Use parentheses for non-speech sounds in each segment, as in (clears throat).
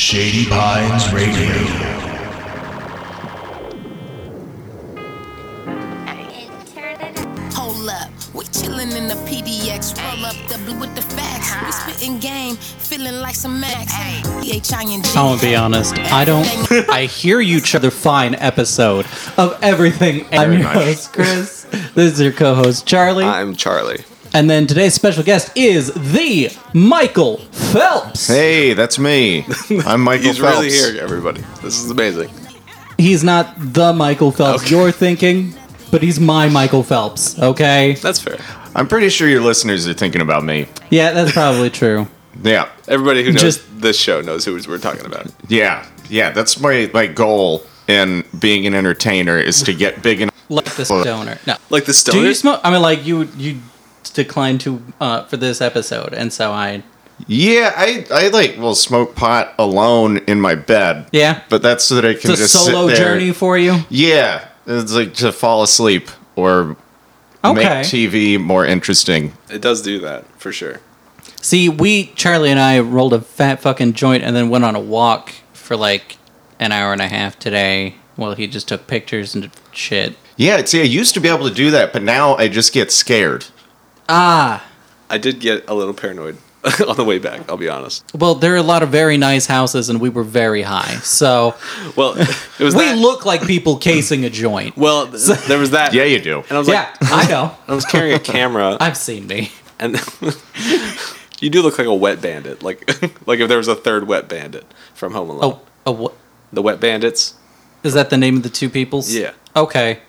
Shady Pines Radio. Hold up, we chillin' in the PDX. Roll up the blue with the facts. We spittin' game, feeling like some Max. P-H-I-N-G. I won't be honest. I don't. I hear you, each other fine episode of everything. I'm Very your nice. host, Chris. This is your co host, Charlie. I'm Charlie. and then today's special guest is the Michael Phelps. Hey, (laughs) that's me. I'm Michael He's Phelps. really here, everybody. This is amazing. He's not the Michael Phelps Okay. you're thinking, but he's my Michael Phelps, okay? That's fair. I'm pretty sure your listeners are thinking about me. Yeah, that's probably true. Yeah, Everybody who knows Just- this show knows who we're talking about. yeah, yeah. That's my my goal in being an entertainer is to get big enough. Like the stoner. No. Like the Do you stoners. smoke? I mean, like, you you declined to uh, for this episode, and so I. Yeah, I I like will smoke pot alone in my bed. Yeah. but that's so that I can It's a just solo sit there. journey for you. Yeah, it's like to fall asleep or make Okay. TV more interesting. it does do that for sure. See, we Charlie and I rolled a fat fucking joint and then went on a walk for like an hour and a half today. Well, he just took pictures and shit. Yeah, see, I used to be able to do that, but now I just get scared. Ah, I did get a little paranoid (laughs) on the way back. I'll be honest. well, there are a lot of very nice houses, and we were very high, so Well, it was we that- look like people casing a joint. Well, th- there was that. Yeah, you do. And I was yeah, (laughs) like, I know. I was carrying a (laughs) camera, I've seen me. and (laughs) you do look like a wet bandit. Like, (laughs) like if there was a third wet bandit from Home Alone. Oh, oh, what The wet bandits. is that? The name of the two peoples? Yeah. Okay.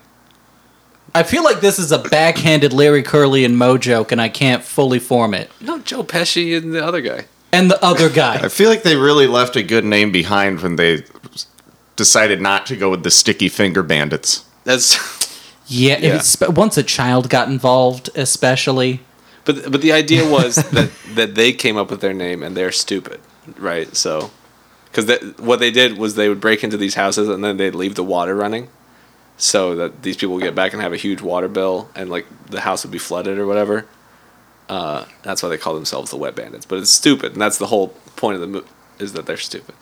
I feel like this is a backhanded Larry Curly and Mo joke, and I can't fully form it. No, Joe Pesci and the other guy. And the other (laughs) guy. I feel like they really left a good name behind when they decided not to go with the sticky finger bandits. That's Yeah, it Yeah. was spe- once a child got involved, especially. But but the idea was (laughs) that that they came up with their name and they're stupid, right? So, because what they did was they would break into these houses and then they'd leave the water running, so that these people would get back and have a huge water bill and like the house would be flooded or whatever. Uh, that's why they call themselves the Wet Bandits. But it's stupid, and that's the whole point of the movie is that they're stupid.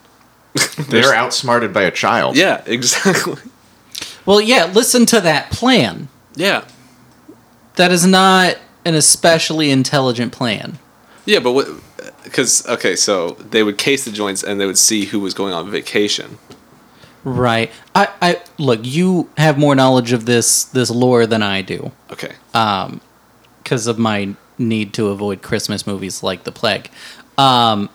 They're outsmarted by a child. Yeah, (laughs) exactly. Well, yeah, listen to that plan. Yeah, That is not an especially intelligent plan. yeah. But what? Because okay, so they would case the joints and they would see who was going on vacation. Right. I, I look, you have more knowledge of this this lore than I do Okay. because of my need to avoid Christmas movies like The Plague. Um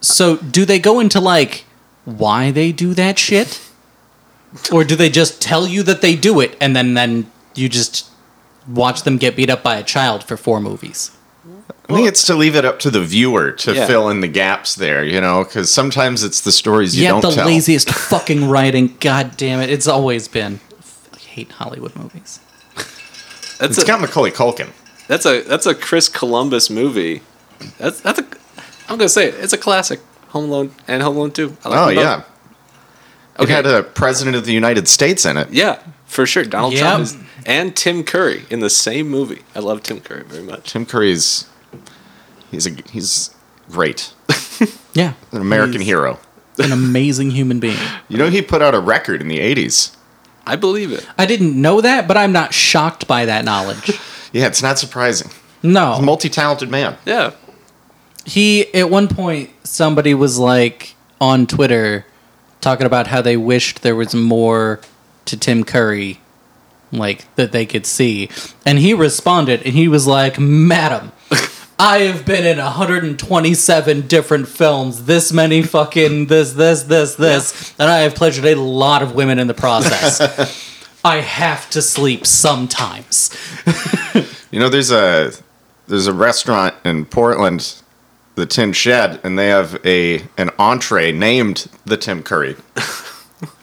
so do they go into like why they do that shit? Or do they just tell you that they do it and then then you just watch them get beat up by a child for four movies? I think it's to leave it up to the viewer to Yeah. fill in the gaps there, you know, because sometimes it's the stories you yeah, don't the tell. (laughs) laziest fucking writing. God damn it. It's always been. I hate Hollywood movies. That's It's got Macaulay Culkin. That's a that's a Chris Columbus movie. That's that's a I'm gonna say it. It's a classic. Home Alone and Home Alone Two. I like Oh them both. yeah, it Okay. had a president of the United States in it. yeah, for sure. Donald Yep. Trump is, and Tim Curry in the same movie. I love Tim Curry very much. Tim Curry's he's a he's great, Yeah. (laughs) an American He's hero. An amazing human being. You know, he put out a record in the '80s. I believe it. I didn't know that, but I'm not shocked by that (laughs) knowledge. Yeah, it's not surprising. No. Multi-talented man. Yeah. He at one point somebody was like on Twitter talking about how they wished there was more to Tim Curry like that they could see. And he responded and he was like, "Madam, I have been in 127 different films, this many fucking this this this this, and I have pleasured a lot of women in the process." I have to sleep sometimes. You know, there's a there's a restaurant in Portland, the Tin Shed, and they have a an entree named the Tim (laughs) Curry.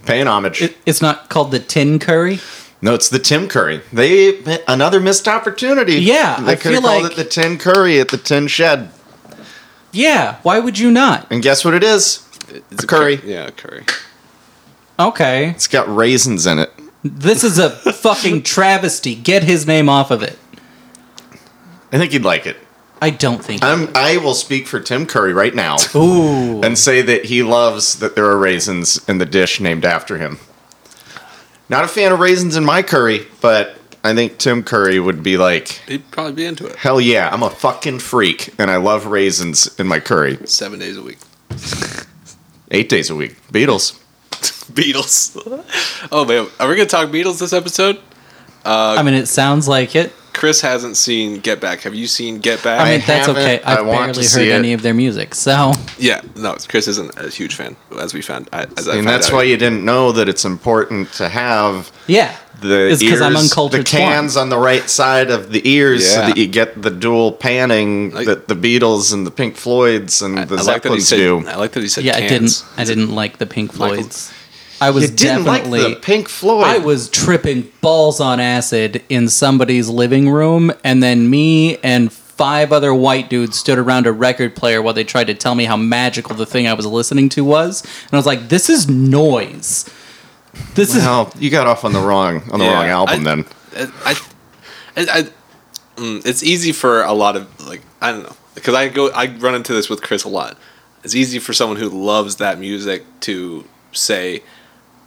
Paying homage. It, it's not called the Tin Curry. no, it's the Tim Curry. They another missed opportunity. Yeah, they I could have feel called like- it the Tin Curry at the Tin Shed. Yeah, why would you not? And guess what it is? It's a curry. yeah, a curry. Okay. It's got raisins in it. This is a (laughs) fucking travesty. Get his name off of it. I think you'd like it. I don't think. I'm, I will speak for Tim Curry (laughs) right now Ooh, and say that he loves that there are raisins in the dish named after him. Not a fan of raisins in my curry, but I think Tim Curry would be like, He'd probably be into it hell yeah, I'm a fucking freak and I love raisins in my curry. seven days a week. (laughs) Eight days a week. Beatles. Beatles. oh man, are we gonna talk Beatles this episode? uh, I mean, it sounds like it. Chris hasn't seen Get Back. Have you seen Get Back? I mean, I that's haven't. okay. I I've want to barely see heard it. any of their music, so (laughs) yeah, no, Chris isn't a huge fan, as we found. As I and found that's out. why you didn't know that it's important to have yeah, the It's ears, I'm uncultured. the cans on the right side of the ears, so Yeah. that you get the dual panning Like- that the Beatles and the Pink Floyds and I, the I like that he Zeppelins said. do. I like that he said. Yeah, I cans. didn't. I didn't like the Pink Michael- Floyd's. I You was didn't like definitely. the Pink Floyd. I was tripping balls on acid in somebody's living room, and then me and five other white dudes stood around a record player while they tried to tell me how magical the thing I was listening to was. And I was like, "This is noise. (laughs) This is Well, you got off on the wrong on the Yeah, wrong album I- then. Uh, I, I, I, mm, it's easy for a lot of like I don't know because I go I run into this with Chris a lot. It's easy for someone who loves that music to say,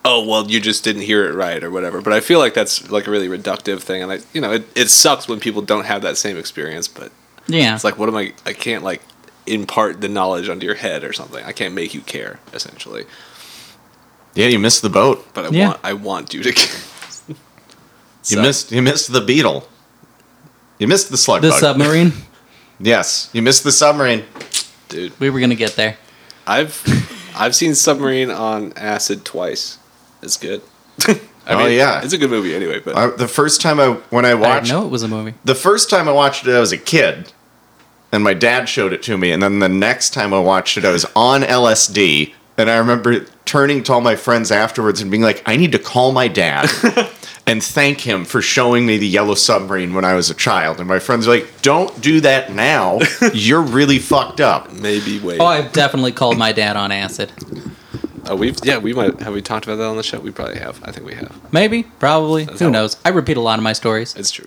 "Oh well, you just didn't hear it right" or whatever. But I feel like that's like a really reductive thing, and I you know it, it sucks when people don't have that same experience. But yeah." it's like, what am I? I can't like impart the knowledge onto your head or something. I can't make you care essentially. Yeah, you missed the boat. But I Yeah. want I want you to. (laughs) care. You So- missed you missed the Beatle. You missed the slug the bug. submarine. yes, you missed the submarine. dude. We were gonna get there. I've I've seen Submarine on acid twice. It's good. (laughs) I Oh, yeah. it's a good movie anyway. But I, the first time I when I I didn't watched know it was a movie. the first time I watched it, I was a kid, and my dad showed it to me. And then the next time I watched it, I was on LSD, and I remember turning to all my friends afterwards and being like, "I need to call my dad and thank him for showing me the Yellow Submarine when I was a child." And my friends were like, "Don't do that now. You're really fucked up." maybe wait. Oh, I've definitely called my dad on acid. Oh, we've yeah we might have we talked about that on the show. We probably have. I think we have. Maybe, probably, That's who how- knows? I repeat a lot of my stories. It's true.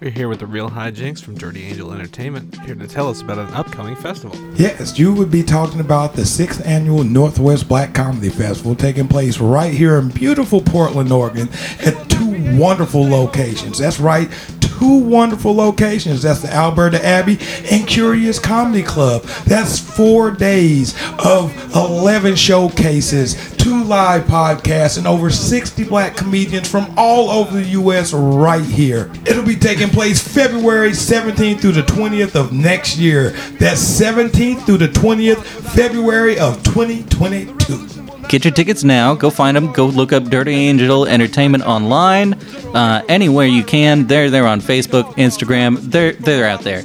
We're here with the Real Hijinks from Dirty Angel Entertainment, here to tell us about an upcoming festival. Yes, you would be talking about the sixth annual Northwest Black Comedy Festival taking place right here in beautiful Portland, Oregon, at two wonderful locations. That's right, two wonderful locations. That's the Alberta Abbey and Curious Comedy Club. That's four days of 11 showcases, two live podcasts, and over 60 black comedians from all over the U.S. right here. It'll be taking place February 17th through the 20th of next year. That's 17th through the 20th, February of 2022. Get your tickets now. Go find them. Go look up Dirty Angel Entertainment online, uh, anywhere you can. They're they're on Facebook, Instagram. They're they're out there.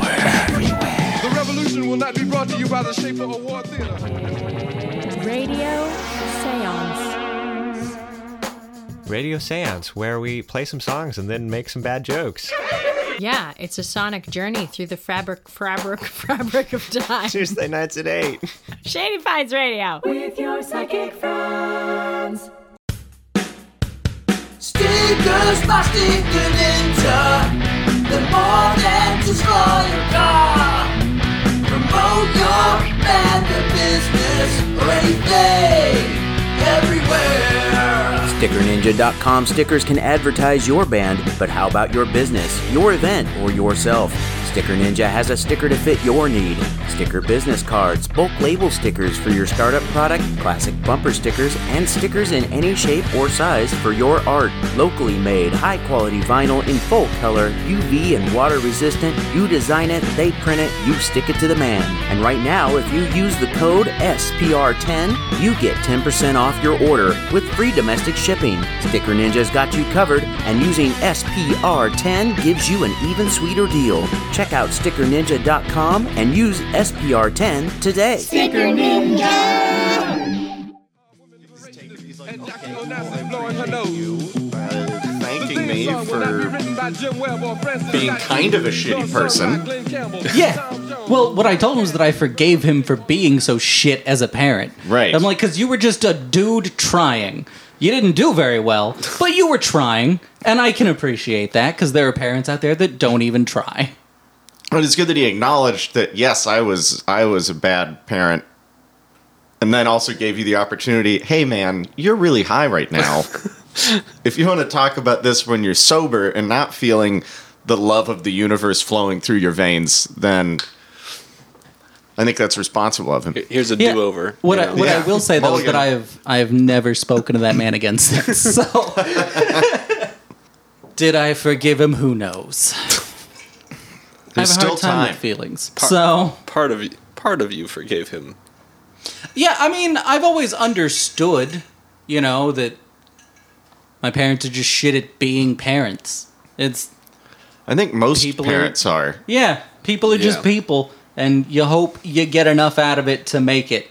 The revolution will not be brought to you by the Schaefer Award Theater. Radio Seance. Radio Seance, where we play some songs and then make some bad jokes. Yeah, it's a sonic journey through the fabric, fabric, (laughs) fabric of time. Tuesday nights at 8. Shady Finds Radio. With your psychic friends. Stickers by Stinker Ninja. They're more than just for your car. Promote your band or business or anything, everywhere. StickerNinja.com stickers can advertise your band, but how about your business, your event, or yourself? Sticker Ninja has a sticker to fit your need. Sticker business cards, bulk label stickers for your startup product, classic bumper stickers, and stickers in any shape or size for your art. Locally made, high quality vinyl in full color, UV and water resistant. You design it, they print it, you stick it to the man. And right now, if you use the code SPR10, you get 10% off your order with free domestic shipping. Sticker Ninja's got you covered, and using SPR10 gives you an even sweeter deal. Check out stickerninja.com and use SPR10 today. Blowing her nose. Thanking Theme me song will not be for written by Jim Webb or Francis being Scott kind of a Key, shitty nor sung person. by Glenn Campbell, Yeah. Tom Jones. Well, what I told him was that I forgave him for being so shit as a parent. Right. I'm like, because you were just a dude trying. You didn't do very well, but you were trying, and I can appreciate that because there are parents out there that don't even try. But it's good that he acknowledged that yes, I was I was a bad parent. And then also gave you the opportunity, hey man, you're really high (laughs) right now. if you want to talk about this when you're sober and not feeling the love of the universe flowing through your veins, then I think that's responsible of him. Here's a Yeah. do-over. What, I, you know? what I will say though is that I have I have never spoken to that man again (laughs) since. So, did I forgive him? Who knows? I have a hard time with feelings. Par- so part of you, part of you forgave him. Yeah, I mean, I've always understood, you know, that my parents are just shit at being parents. It's I think most parents are, are. Yeah, people are just Yeah. people and you hope you get enough out of it to make it.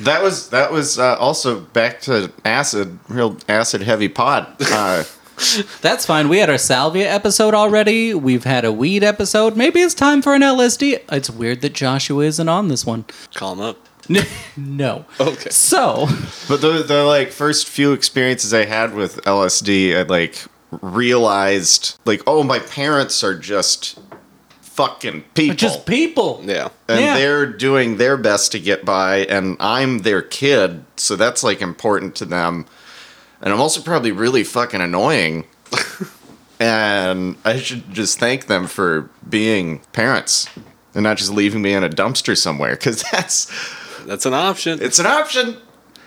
That was that was uh, also back to acid, real acid heavy pot. (laughs) Uh, That's fine. We had our salvia episode already. We've had a weed episode. Maybe it's time for an LSD. It's weird that Joshua isn't on this one. Call him up. no. Okay. So, but the the like first few experiences I had with LSD, I like realized like, oh, my parents are just fucking people, just people. Yeah, and Yeah. they're doing their best to get by, and I'm their kid, so that's like important to them. And I'm also probably really fucking annoying. (laughs) and I should just thank them for being parents and not just leaving me in a dumpster somewhere because (laughs) that's that's an option. It's an option.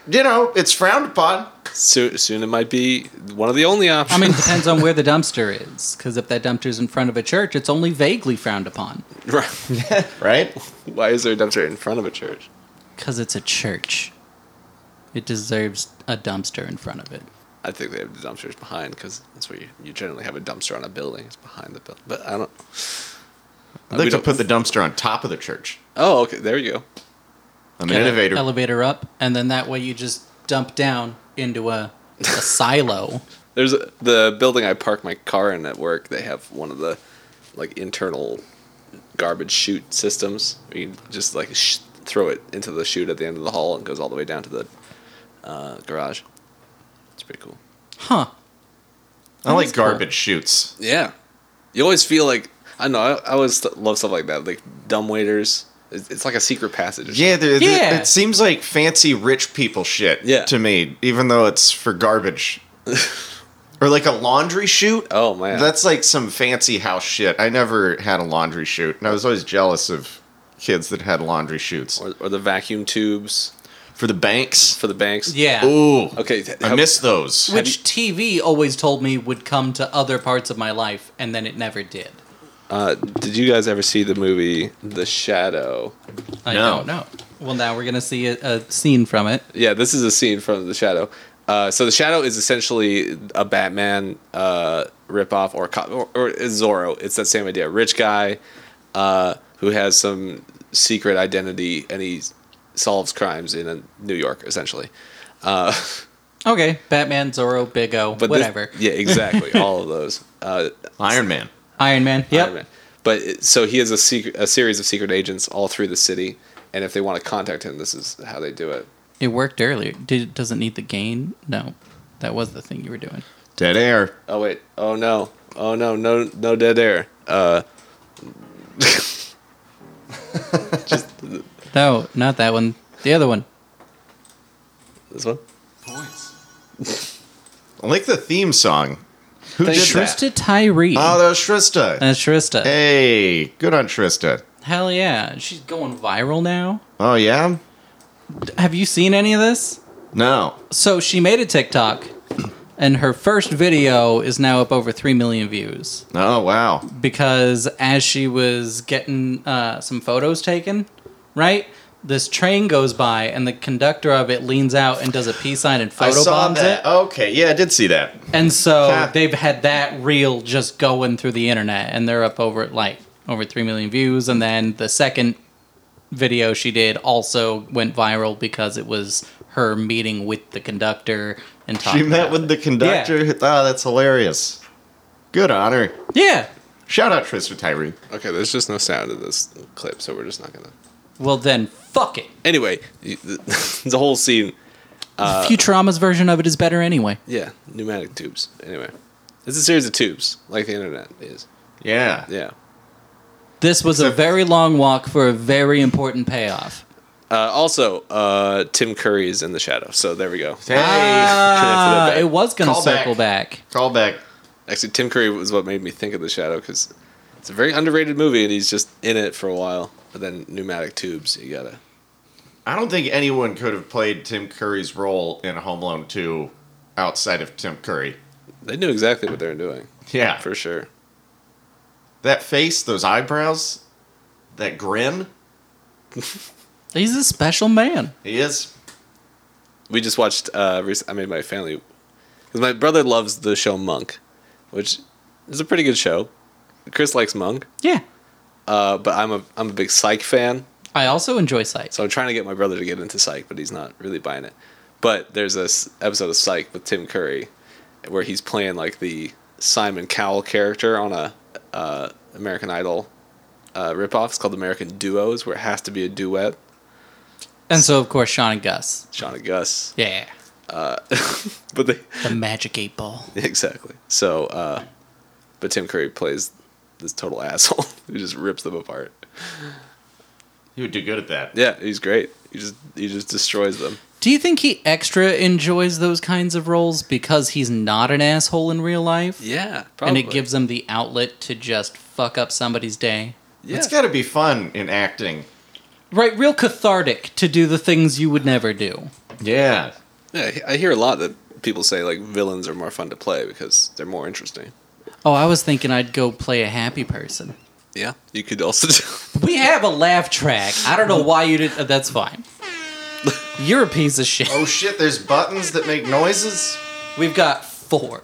You know, it's frowned upon. Soon, soon it might be one of the only I options. mean, it depends on where the dumpster is. Because if that dumpster's in front of a church, it's only vaguely frowned upon. (laughs) right? right? Why is there a dumpster in front of a church? Because it's a church. It deserves a dumpster in front of it. I think they have the dumpsters behind because that's where you, you generally have a dumpster on a building. It's behind the building, but I don't. I'd We like to don't- put the dumpster on top of the church. Oh, okay. There you go. I'm Get an a innovator. Elevator up, and then that way you just dump down into a, a silo. There's a, the building I park my car in at work. They have one of the like internal garbage chute systems. You can just like sh- throw it into the chute at the end of the hall and goes all the way down to the uh, garage. It's pretty cool. Huh. I like garbage shoots. Yeah, you always feel like I know. I, I always st- love stuff like that, like dumb waiters. It's, it's like a secret passage. or Yeah, they're, something. they're- it seems like fancy rich people shit Yeah. to me, even though it's for (laughs) garbage. or like a laundry chute. Oh, man. That's like some fancy house shit. I never had a laundry chute, and I was always jealous of kids that had laundry chutes. Or, or the vacuum tubes. For the banks? For the banks. Yeah. Ooh. Okay. I miss those. Which TV always told me would come to other parts of my life, and then it never did. Uh, did you guys ever see the movie The Shadow? I don't know. Well, now we're going to see a, a scene from it. Yeah, this is a scene from The Shadow. Uh, so The Shadow is essentially a Batman uh, ripoff or, co- or or it's Zorro. It's that same idea. Rich guy uh, who has some secret identity and he solves crimes in uh, New York, essentially. Uh, Okay, Batman, Zorro, Big O, but this- whatever. yeah, exactly. (laughs) All of those. Uh, Iron Man. Iron Man. Yep. Iron Man. But it, so he has a secret, a series of secret agents all through the city, and if they want to contact him, this is how they do it. It worked earlier. Did doesn't need the gain? No, that was the thing you were doing. Dead air. Oh wait. Oh no. Oh no. No. No dead air. Uh, No, not that one. The other one. this one. I like the theme song. Who did Trista that? Tyree. Oh, that was Trista. That's Trista. Hey, good on Trista. Hell yeah, she's going viral now. Oh yeah? Have you seen any of this? No. So she made a TikTok, and her first video is now up over three million views Oh wow. because as she was getting uh, some photos taken, right. This train goes by and the conductor of it leans out and does a peace sign and I saw photobombs it. that. Okay, yeah, I did see that. And so Huh. they've had that reel just going through the internet, and they're up over like over three million views. And then the second video she did also went viral because it was her meeting with the conductor and talking. She met about with it. the conductor. Oh, that's hilarious. Good honor. Yeah. Shout out Trista Tyree. Okay. There's just no sound in this clip, so we're just not gonna. Well, then fuck it. (laughs) Anyway, you- the, the whole scene. Uh, Futurama's version of it is better anyway. Yeah, pneumatic tubes. Anyway, it's a series of tubes, like the internet is. Yeah. Yeah. This was a very long walk for a very important payoff. Uh, also, uh, Tim Curry is in the shadow, so there we go. Hey, Ah, it was gonna Callback. circle back. Call back. Actually, Tim Curry was what made me think of the shadow because it's a very underrated movie, and he's just in it for a while. But then pneumatic tubes, you gotta. I don't think anyone could have played Tim Curry's role in Home Alone 2 outside of Tim Curry. They knew exactly what they were doing. Yeah. For sure. That face, those eyebrows, that grin. He's a special man. He is. We just watched. Uh, rec- I made my family because my brother loves the show Monk, which is a pretty good show. Chris likes Monk. Yeah. Uh, but I'm a I'm a big Psych fan. I also enjoy Psych. So I'm trying to get my brother to get into Psych, but he's not really buying it. But there's this episode of Psych with Tim Curry, where he's playing like the Simon Cowell character on a uh, American Idol uh, ripoff. It's called American Duos, where it has to be a duet. And so, of course, Sean and Gus. Sean and Gus. Yeah. Uh, but they (laughs) The magic eight ball. exactly. So, uh, but Tim Curry plays this total (laughs) asshole who just rips them apart. He would do good at that. Yeah, he's great. He just he just destroys them. Do you think he extra enjoys those kinds of roles because he's not an asshole in real life? Yeah, And it gives him the outlet to just fuck up somebody's day. It's got to be fun in acting. Right, real cathartic to do the things you would never do. Yeah. Yeah, I- I hear a lot that people say like villains are more fun to play because they're more interesting. Oh, I was thinking I'd go play a happy person. Yeah, you could also. (laughs) Do- We have a laugh track. I don't know why you did. uh, That's fine. (laughs) You're a piece of shit. Oh shit, there's buttons that make noises? We've got four.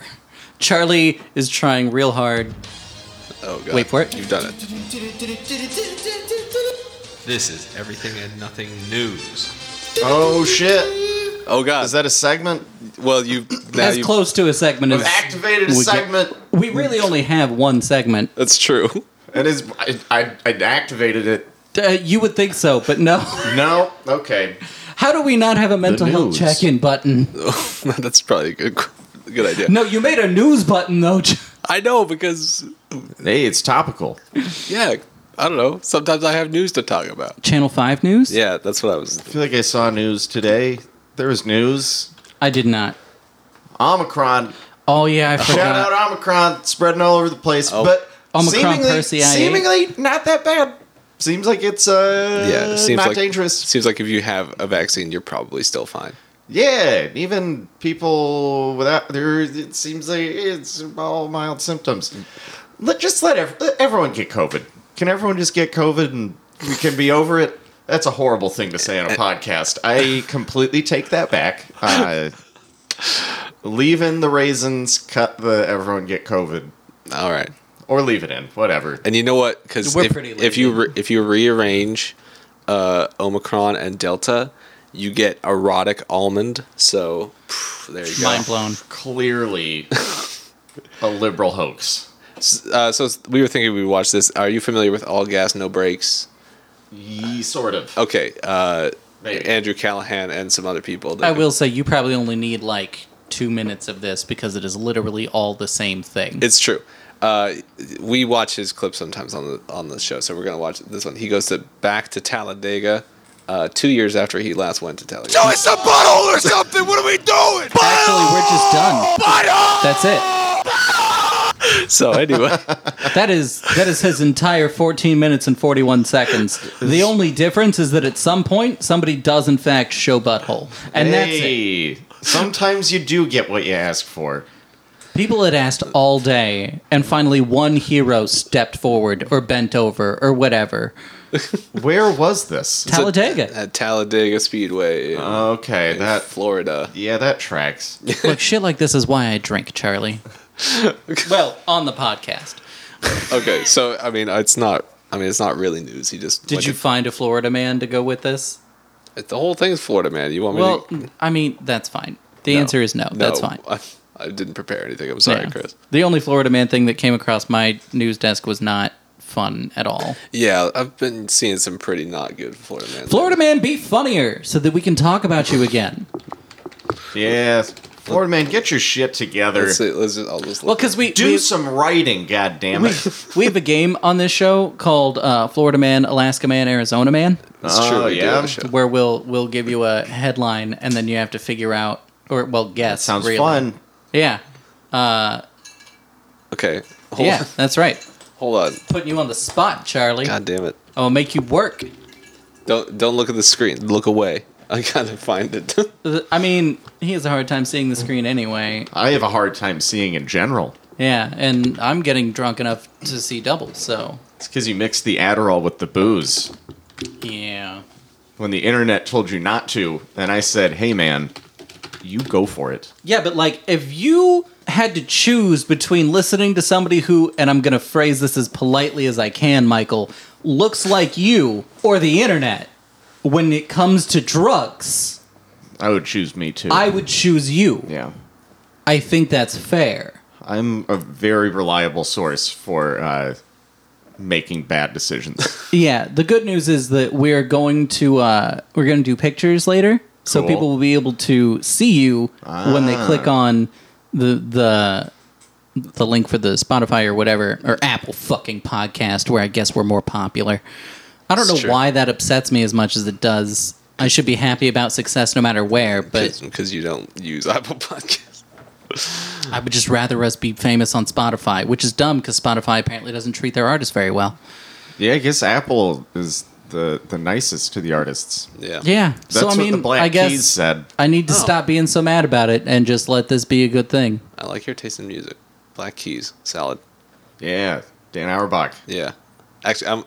Charlie is trying real hard. oh god, Wait for it. You've done it. This is everything and nothing news. Oh shit. Oh god, Is that a segment? well (clears throat) you now As you. close to a segment as Activated a we get- segment. We really only have one segment. That's true. (laughs) It is. I, I, I activated it. Uh, you would think so, but no. (laughs) No. Okay. How do we not have a mental health news. check-in button? That's probably a good good idea. No, you made a news button though. (laughs) I know because Hey, it's topical. yeah, I don't know. Sometimes I have news to talk about. Channel Five News. Yeah, that's what I was. I feel like I saw news today. There was news. I did not. Omicron. Oh yeah, I Shout forgot. out Omicron spreading all over the place, Oh. but Omicron seemingly, Persei. seemingly not that bad. Seems like it's uh Yeah, it seems not like dangerous. seems like if you have a vaccine, you're probably still fine. Yeah, even people without there, it seems like it's all mild symptoms. Let just let, ev- let everyone get COVID. Can everyone just get COVID and we can be over it? That's a horrible thing to say on a podcast. I completely take that back. Uh, leave in the raisins, cut the everyone get COVID, All right. or leave it in, whatever. And you know what? Because We're if, pretty if you lazy. re- if you rearrange uh, Omicron and Delta, you get erotic almond. So phew, there you go. Mind blown. clearly a liberal hoax. S- Uh, so s- we were thinking we watch this. Are you familiar with All Gas No Brakes? Ye, sort of. Okay, uh, Maybe. Andrew Callahan and some other people. that- I will say you probably only need like two minutes of this because it is literally all the same thing. It's true. Uh, we watch his clips sometimes on the on the show, so we're gonna watch this one. He goes to back to Talladega. Uh, two years after he last went to Talladega. No, it's a butthole or something. What are we doing? Actually, we're just done. That's it. So anyway, That is that is his entire 14 minutes and 41 seconds. The only difference is that at some point somebody does in fact show butthole, and that's it. hey, sometimes you do get what you ask for. People had asked all day, and finally one hero stepped forward or bent over or whatever. Where was this? (laughs) Talladega. (laughs) at Talladega Speedway in Okay, that Florida. yeah, that tracks. Look, shit like this is why I drink, Charlie. Well, on the podcast. (laughs) Okay, so I mean, it's not. I mean, it's not really news. He just Did went you to- find a Florida man to go with this? the whole thing is Florida, man. You want me? Well, to, I mean, that's fine. The No. answer is no. That's fine. I, I didn't prepare anything. I'm sorry, Yeah. Chris. The only Florida man thing that came across my news desk was not fun at all. Yeah, I've been seeing some pretty not good Florida man. Florida man, be funnier so that we can talk about you again. Yeah. Florida man, get your shit together. Let's see, let's just, I'll just Well, because we do we- some writing, goddamn it. we have a game on this show called uh, Florida Man, Alaska Man, Arizona Man. That's Oh, true, we do yeah. have a show. Where we'll we'll give you a headline and then you have to figure out or well guess. sounds really. fun. Yeah. Uh, Okay. Hold yeah, on. that's right. Hold on. Putting you on the spot, Charlie. God damn it. I'll make you work. Don't don't look at the screen. Look away. I gotta find it. (laughs) Uh, I mean, he has a hard time seeing the screen anyway. I have a hard time seeing in general. Yeah, and I'm getting drunk enough to see double, so It's because you mixed the Adderall with the booze. yeah. When the internet told you not to, then I said, hey man, you go for it. Yeah, but like if you had to choose between listening to somebody who, and I'm going to phrase this as politely as I can, Michael, looks like you or the internet when it comes to drugs, I would choose me too. I would choose you. Yeah. I think that's fair. I'm a very reliable source for uh, making bad decisions. (laughs) Yeah, the good news is that we're going to uh, we're going to do pictures later, so Cool. people will be able to see you when they Ah. click on the the the link for the Spotify or whatever or Apple fucking podcast, where I guess we're more popular. I don't It's know true. why that upsets me as much as it does. I should be happy about success no matter where, but because you don't use Apple Podcasts. I would just rather us be famous on Spotify, which is dumb because Spotify apparently doesn't treat their artists very well. yeah, I guess Apple is the, the nicest to the artists. Yeah. Yeah. That's so I what mean, the Black I guess Keys said. I need to stop being so mad about it and just let this be a good thing. I like your taste in music. Black Keys, salad. Yeah, Dan Auerbach. Yeah. Actually, I'm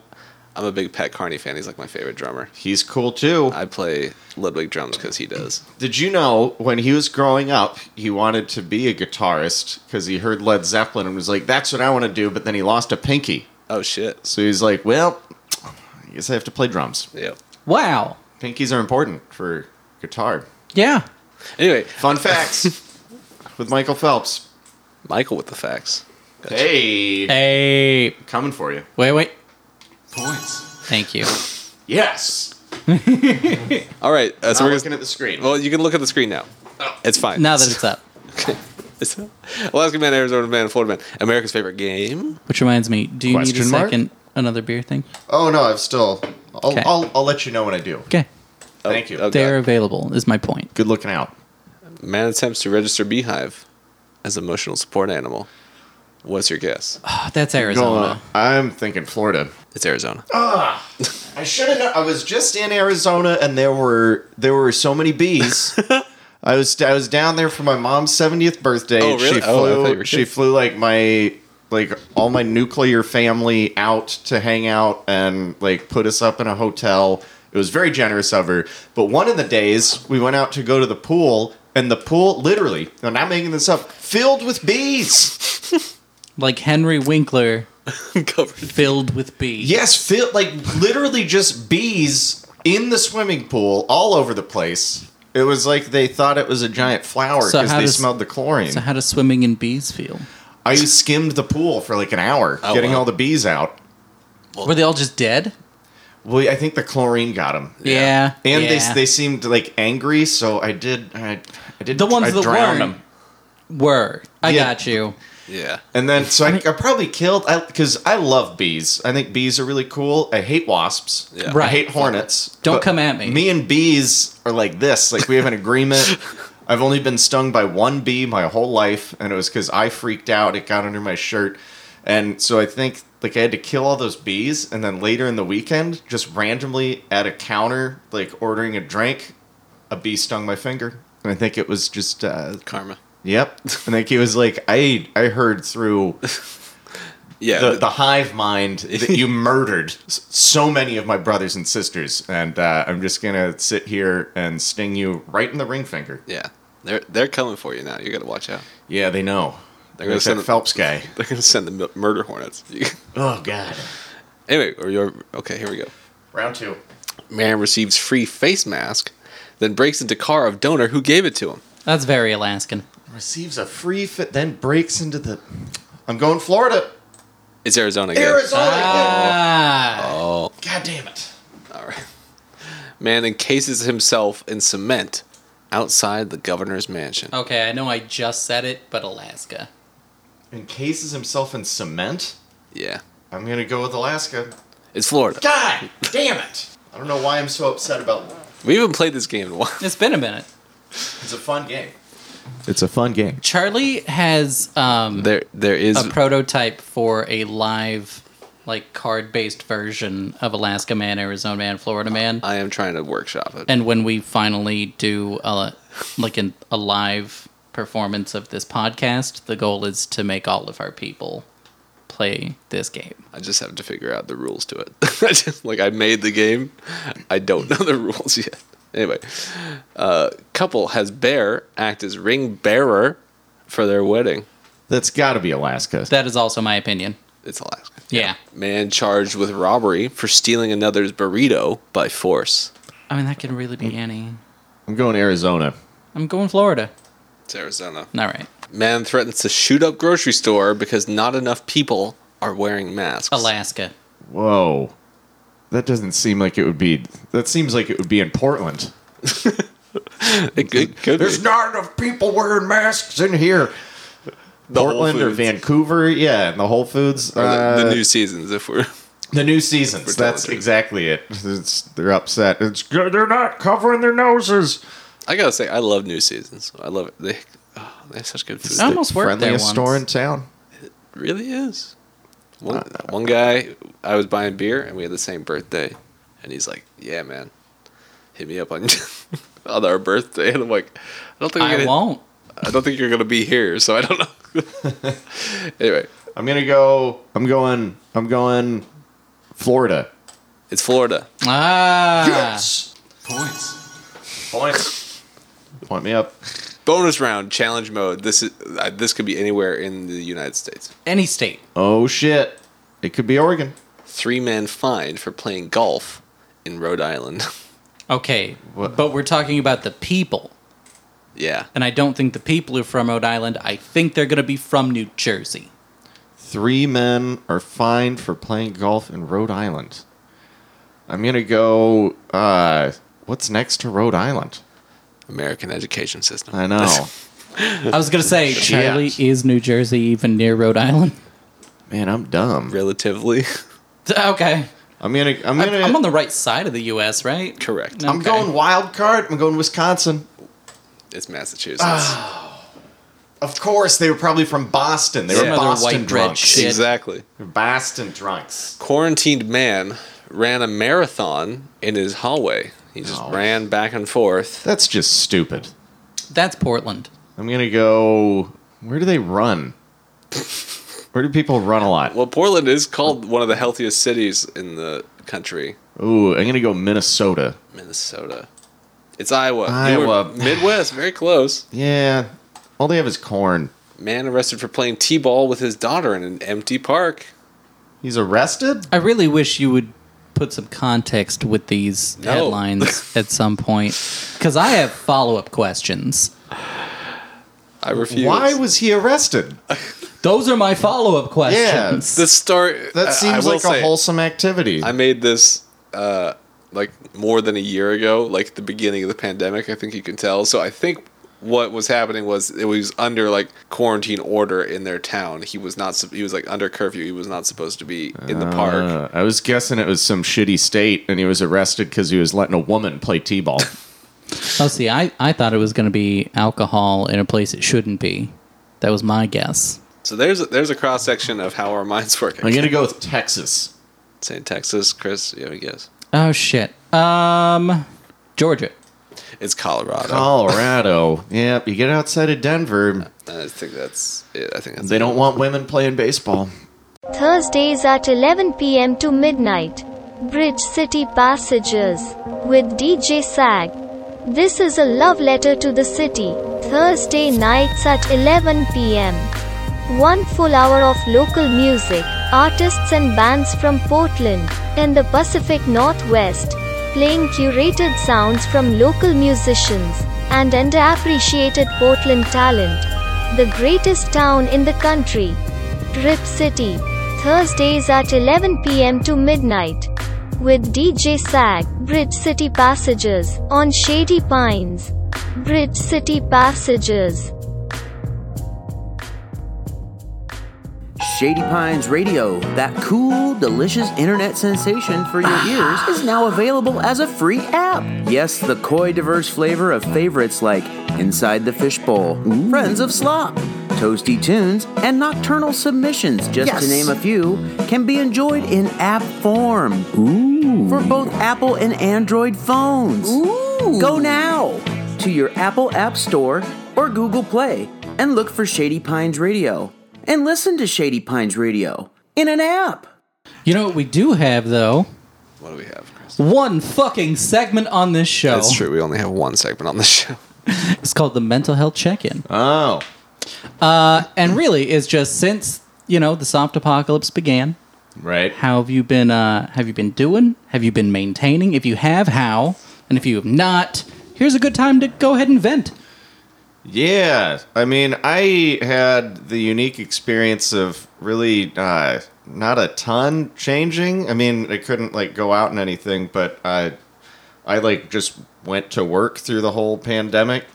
I'm a big Pat Carney fan. He's like my favorite drummer. He's cool too. I play Ludwig drums because he does. Did you know when he was growing up, he wanted to be a guitarist because he heard Led Zeppelin and was like, that's what I want to do, but then he lost a pinky. Oh, shit. So he's like, well, I guess I have to play drums. Yeah. Wow. Pinkies are important for guitar. Yeah. Anyway, fun (laughs) facts with Michael Phelps. Michael with the facts. Hey. Hey. Coming for you. Wait, wait. Points. Thank you. Yes. All right. Uh, so Not we're looking Oh. at the screen. Well, you can look at the screen now. It's fine. now that it's up. okay. (laughs) It's Alaska Man, Arizona Man, Florida Man. America's favorite game. Which reminds me, do you need a Question mark? second another beer thing? Oh, no, I've still. I'll, Okay. I'll, I'll let you know when I do. Okay. Thank you. They're available is my point. Oh, Good looking out. Man attempts to register Beehive as emotional support animal. What's your guess? Oh, that's Arizona. I'm thinking Florida. It's (laughs) Arizona. Ah, I should have. known I was just in Arizona, and there were there were so (laughs) many bees. I was I was down there for my mom's seventieth birthday. Oh, really? She Oh, I thought you flew. were she kidding. flew like my like all my nuclear family out to hang out and like put us up in a hotel. It was very generous of her. But one of the days we went out to go to the pool, and the pool literally, I'm not making this up, filled with bees. Like Henry Winkler Covered. filled with bees. Yes, fill like literally just bees in the swimming pool all over the place. It was like they thought it was a giant flower So because how they does- smelled the chlorine. So how does swimming in bees feel? I skimmed the pool for like an hour, Oh, getting wow. all the bees out. Were they all just dead? Well, I think the chlorine got them, Yeah. and yeah. they they seemed like angry. So I did, I, I did the ones I that drowned weren't 'em. were. I Yeah. got you. Yeah. And then, so I, I probably killed because I, love bees. I think bees are really cool. I hate wasps. Yeah. I Right. hate hornets. Don't But come at me. Me and bees are like this. Like we have (laughs) an agreement. I've only been stung by one bee my whole life, and it was because I freaked out. It got under my shirt, and so I think like I had to kill all those bees, and then later in the weekend, just randomly at a counter, like ordering a drink, a bee stung my finger, and I think it was just uh, Karma. Yep. And think he was like, I I heard through Yeah. the, the hive (laughs) mind that you murdered s- so many of my brothers and sisters, and uh, I'm just gonna sit here and sting you right in the ring finger. yeah. They're they're coming for you now. You got to watch out. Yeah, they know. They're They're gonna gonna send send them- Phelps guy. They're gonna send the mil- murder hornets. (laughs) Oh god. anyway, or you're okay. Here we go. Round two. Man receives free face mask, then breaks into car of donor who gave it to him. That's very Alaskan. Receives a free fit, then breaks into the. I'm going Florida. It's Arizona. again. Arizona. Ah. Oh, God damn it. all right. Man encases himself in cement outside the governor's mansion. Okay, I know I just said it, but Alaska. Encases himself in cement? Yeah. I'm gonna go with Alaska. It's Florida. God damn it! I don't know why I'm so upset about We haven't played this game in a while. It's been a minute. It's a fun game. It's a fun game. Charlie has um, there there is a prototype for a live, like card based version of Alaska Man, Arizona Man, Florida Man. I am trying to workshop it. And when we finally do a like an, a live performance of this podcast, the goal is to make all of our people play this game. I just have to figure out the rules to it. (laughs) I just, like I made the game, I don't know the (laughs) rules yet. Anyway, uh, couple has bear act as ring bearer for their wedding. That's got to be Alaska. That is also my opinion. It's Alaska. Yeah. Man charged with robbery for stealing another's burrito by force. I mean that can really Mm. be any. I'm going Arizona. I'm going Florida. It's Arizona. All right. Man threatens to shoot up grocery store because not enough people are wearing masks. (laughs) Alaska. Whoa. That doesn't seem like it would be. That seems like it would be in Portland. It, it could be. There's not enough people wearing masks in here. Whole Portland or Foods. Vancouver, yeah, and the Whole Foods. Or uh, the, the new seasons, if we're the new seasons. We're that's telling exactly it. It's, they're upset. It's good. They're not covering their noses. I gotta say, I love new seasons. I love it. They, oh, they have such good food. I almost worked there Friendliest once. store in town. It really is. One, one guy, I was buying beer and we had the same birthday, and he's like, "Yeah, man, hit me up on (laughs) on our birthday." And I'm like, "I don't think I'm I gonna, won't. I don't think you're gonna be here, so I don't know." anyway, I'm gonna go. I'm going. I'm going. Florida. it's Florida. Ah. Points. Point me up. Bonus round challenge mode. This is uh, this could be anywhere in the United States. Any state. Oh shit! It could be Oregon. Three men fined for playing golf in Rhode Island. (laughs) Okay. What? But we're talking about the people. yeah, And I don't think the people are from Rhode Island. I think they're going to be from New Jersey. Three men are fined for playing golf in Rhode Island. I'm gonna go. Uh, what's next to Rhode Island? American education system. (laughs) I know. I was going to say, Charlie, is New Jersey even near Rode Island? (laughs) Man, I'm dumb. Relatively Okay. I'm gonna. I'm I'm, gonna. I'm on the right side of the U.S., right? correct. No. I'm okay. going wild card. I'm going Wisconsin. It's Massachusetts. Ah, Of course, they were probably from Boston. They Some were other Boston white bread drunks. shit. exactly. Boston drunks. Quarantined man ran a marathon in his hallway. He just No. ran back and forth. That's just stupid. That's Portland. I'm gonna go. Where do they run? Where do people run a lot? Well, Portland is called one of the healthiest cities in the country, Ooh, I'm gonna go Minnesota. Minnesota. It's Iowa. You Iowa. were Midwest, very close. Yeah, all they have is corn. Man arrested for playing T-ball with his daughter in an empty park. He's arrested. I really wish you would put some context with these No. (laughs) headlines at some point because I have follow up questions. I refuse. Why was he arrested? Those are my follow up questions. the start? I- I That seems will like a say- wholesome activity. I made this uh, like more than a year ago, like the beginning of the pandemic. I think you can tell. So I think what was happening was it was under like quarantine order in their town. He was not. sup- He was like under curfew. He was not supposed to be in the park. Uh, I was guessing it was some shitty state, and he was arrested because he was letting a woman play t-ball. (laughs) oh, see, I, I thought it was going to be alcohol in a place it shouldn't be. That was my guess. So there's a, there's a cross section of how our minds work. I'm gonna go with Texas. St. Texas, Chris. You have a guess? Oh, shit. Um, Georgia. It's Colorado. Colorado. yeah, you get outside of Denver, I think that's. It. I think that's. they don't want women (laughs) playing baseball. Thursdays at 11 pm to midnight. Bridge City Passages with DJ Sag. This is a love letter to the city. Thursday nights at 11 pm. One full hour of local music, artists and bands from Portland and the Pacific Northwest, playing curated sounds from local musicians and underappreciated Portland talent. The greatest town in the country. Rip City. Thursdays at 11 pm to midnight. With DJ Sag, Bridge City Passages, on Shady Pines. Bridge City Passages. Shady Pines Radio, that cool, delicious internet sensation for your ears, is now available as a free app. Yes, the koi diverse flavor of favorites like Inside the Fishbowl, Friends of Slop, Toasty Tunes, and Nocturnal Submissions, just Yes. to name a few, can be enjoyed in app form. Ooh. For both Apple and Android phones. Ooh. Go now to your Apple App Store or Google Play and look for Shady Pines Radio and listen to Shady Pines Radio in an app. You know what we do have though? What do we have? Chris? One fucking segment on this show. That's true. We only have one segment on the (laughs) show. It's called the mental health check-in. Oh. Uh, and really, it's just since you know the soft apocalypse began. Right. How have you been? Uh, have you been doing? Have you been maintaining? If you have, how? And if you have not, here's a good time to go ahead and vent. Yeah, I mean, I had the unique experience of really uh, not a ton changing. I mean, I couldn't like go out and anything, but I, I like just went to work through the whole pandemic.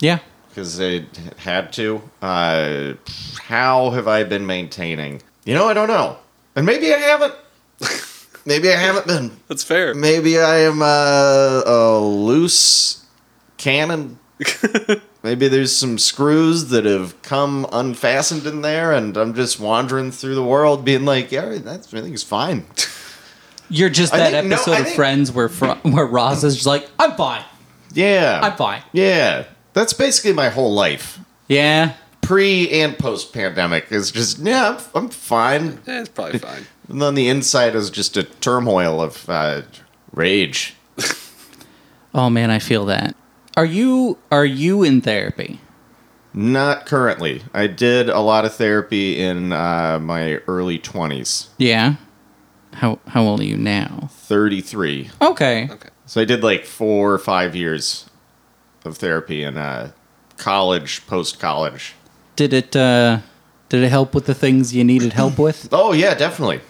Yeah. because I had to. Uh, how have I been maintaining? You know, I don't know, and maybe I haven't. (laughs) maybe I haven't been. That's fair. Maybe I am uh, a loose cannon. Maybe there's some screws that have come unfastened in there, and I'm just wandering through the world, being like, "Yeah, that's everything's fine." You're just I that think- no, episode I of think- Friends where Fro- where Ross is just like, "I'm fine." Yeah, I'm fine. Yeah, that's basically my whole life. Yeah, pre and post pandemic is just yeah, I'm, I'm fine. Yeah, it's probably fine. And then the inside is just a turmoil of uh, rage. Oh man, I feel that. Are you are you in therapy? Not currently. I did a lot of therapy in uh, my early twenties, Yeah. How how old are you now? thirty three. Okay. So I did like four or five years of therapy in uh, college, post college. Did it uh did it help with the things you needed help with? Oh yeah, definitely.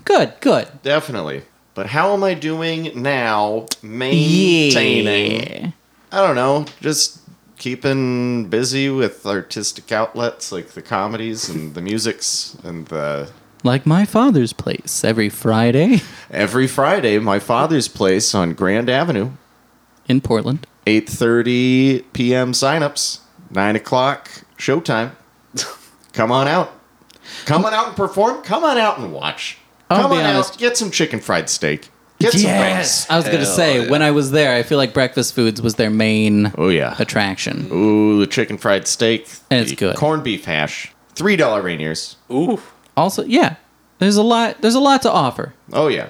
(clears throat) Good, good. Definitely. But how am I doing now? Maintaining. I don't know. Just keeping busy with artistic outlets like the comedies and the musics and the. Like my father's place every Friday. Every Friday, my father's place on Grand Avenue, in Portland. 8:30 p.m. signups. Nine o'clock showtime. Come on out. Come on out and perform. Come on out and watch. I'll Come be on honest. out. Get some chicken fried steak. Get some wings. I was gonna say when I was there, I feel like breakfast foods was their main oh yeah attraction. Ooh, the chicken fried steak. And it's good. Corned beef hash. Three dollar Rainiers. Ooh. Also, yeah. There's a lot there's a lot to offer. Oh yeah.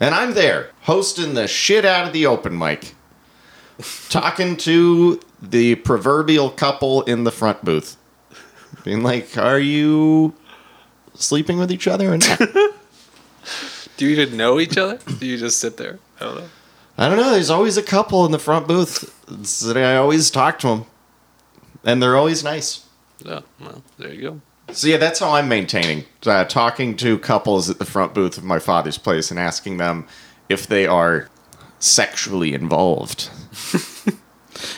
And I'm there, hosting the shit out of the open mic. Talking to the proverbial couple in the front booth. Being like, Are you sleeping with each other or not? Do you even know each other? Do you just sit there? I don't know. I don't know, there's always a couple in the front booth. It's- I always talk to them. And they're always nice. No. Well, there you go. So yeah, that's how I'm maintaining. Uh, talking to couples at the front booth of my father's place and asking them if they are sexually involved.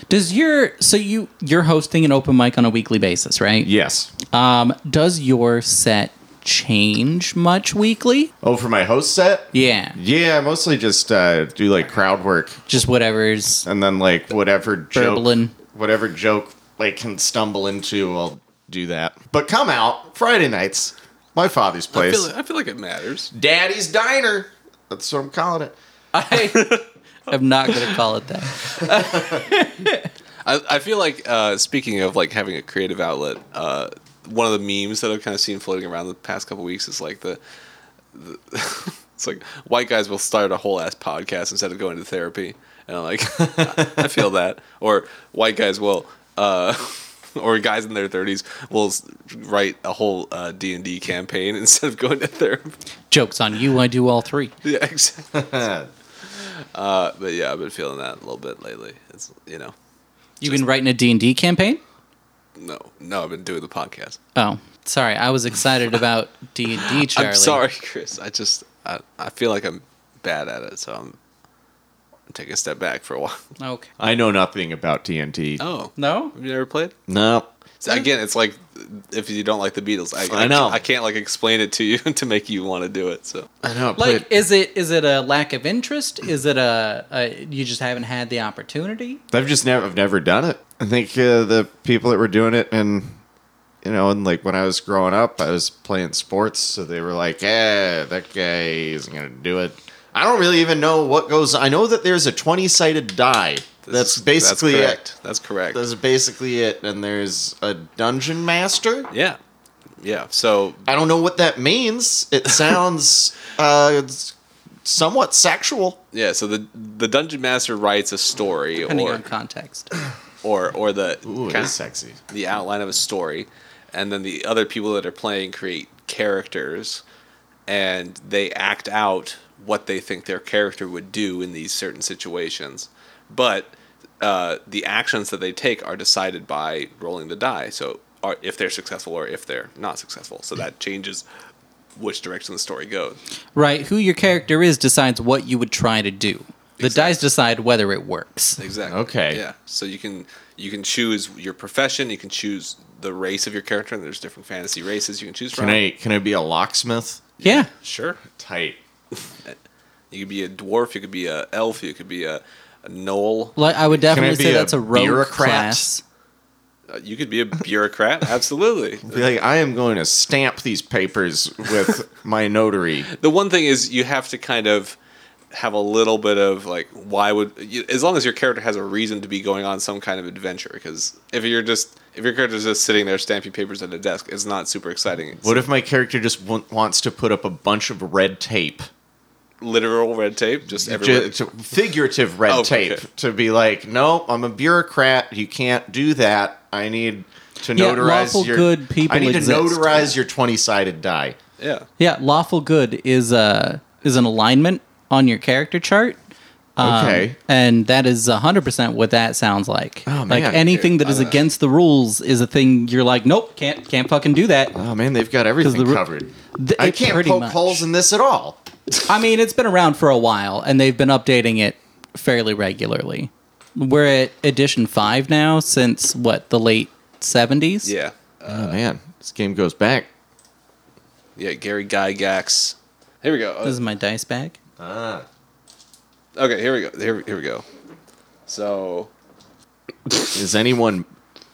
Does your so you you're hosting an open mic on a weekly basis, right? Yes. Um, does your set change much weekly? Oh, for my host set? Yeah. Yeah, I mostly just uh, do like crowd work, just whatever's, and then like whatever Burbling. joke, whatever joke I can stumble into, I'll do that. But come out Friday nights, my father's I place, feel, I feel like it matters. Daddy's Diner. That's what I'm calling it. I am not gonna call it that. I, I feel like uh, speaking of like having a creative outlet, uh, one of the memes that I've kind of seen floating around the past couple weeks is like the, the (laughs) it's like white guys will start a whole ass podcast instead of going to therapy, and I'm like, (laughs) I feel that, or white guys will. Uh, (laughs) Or guys in their thirties will s- write a whole uh, D and D campaign (laughs) instead of going to therapy. Jokes on you. I do all three. (laughs) Yeah, exactly. uh, but yeah, I've been feeling that a little bit lately. It's you know, You've been writing a D and D campaign. no, no, I've been doing the podcast. Oh, sorry. I was excited about D and D, Charlie. I'm sorry, Chris. I just I, I feel like I'm bad at it, so I'm take a step back for a while. Okay. I know nothing about TNT. Oh no, (laughs) have you never played? No. So again, it's like if you don't like the Beatles, I, I know. I can't like explain it to you (laughs) to make you want to do it. So I know. Like, is it is it a lack of interest? Is it a, a you just haven't had the opportunity? I've just never, I've never done it. I think uh, the people that were doing it, and you know, and like when I was growing up, I was playing sports, so they were like, "Eh, that guy is gonna do it." I don't really even know what goes. I know that there's a twenty-sided die. That's basically that's correct. it. That's correct. That's basically it. And there's a dungeon master. Yeah, yeah. So I don't know what that means. (laughs) It sounds uh, somewhat sexual. yeah, so the the dungeon master writes a story Depending or on context. or or the Ooh, it kind of is sexy. the outline of a story, and then the other people that are playing create characters, and they act out what they think their character would do in these certain situations. But uh, the actions that they take are decided by rolling the die. So are, if they're successful or if they're not successful, so that changes which direction the story goes. Right, who your character is decides what you would try to do. The dice decide whether it works. Exactly. Okay. Yeah. So you can you can choose your profession. You can choose the race of your character, and there's different fantasy races you can choose from. Can I can I be a locksmith? Yeah. Sure. Tight. You could be a dwarf. You could be a elf. You could be a, a gnoll. Like I would Can I definitely be say a that's a rogue bureaucrat? class. Uh, you could be a bureaucrat. (laughs) Absolutely. Be like, I am going to stamp these papers (laughs) with my notary. The one thing is you have to kind of have a little bit of like why would you, as long as your character has a reason to be going on some kind of adventure because if you're just if your character's just sitting there stamping papers at a desk it's not super exciting What if my character just w- wants to put up a bunch of red tape? literal red tape just everywhere Ju- to- figurative red Oh, tape okay. to be like, no, I'm a bureaucrat. You can't do that. I need to Yeah, notarize lawful your. good people I need exist. to notarize your twenty sided die. yeah Yeah, lawful good is uh is an alignment on your character chart. Um, Um, Okay. And that is 100% what that sounds like. Oh, like man. anything that is against the rules is a thing you're like, nope, can't can't fucking do that. Oh man, they've got everything the ru- covered. Th- I it can't pretty poke much- holes in this at all. I mean, it's been around for a while, and they've been updating it fairly regularly. We're at edition five now since what the late seventies. yeah oh man, this game goes back. yeah Gary Gygax here we go Uh, this is my dice bag. Ah. okay here we go here, here we go so Is anyone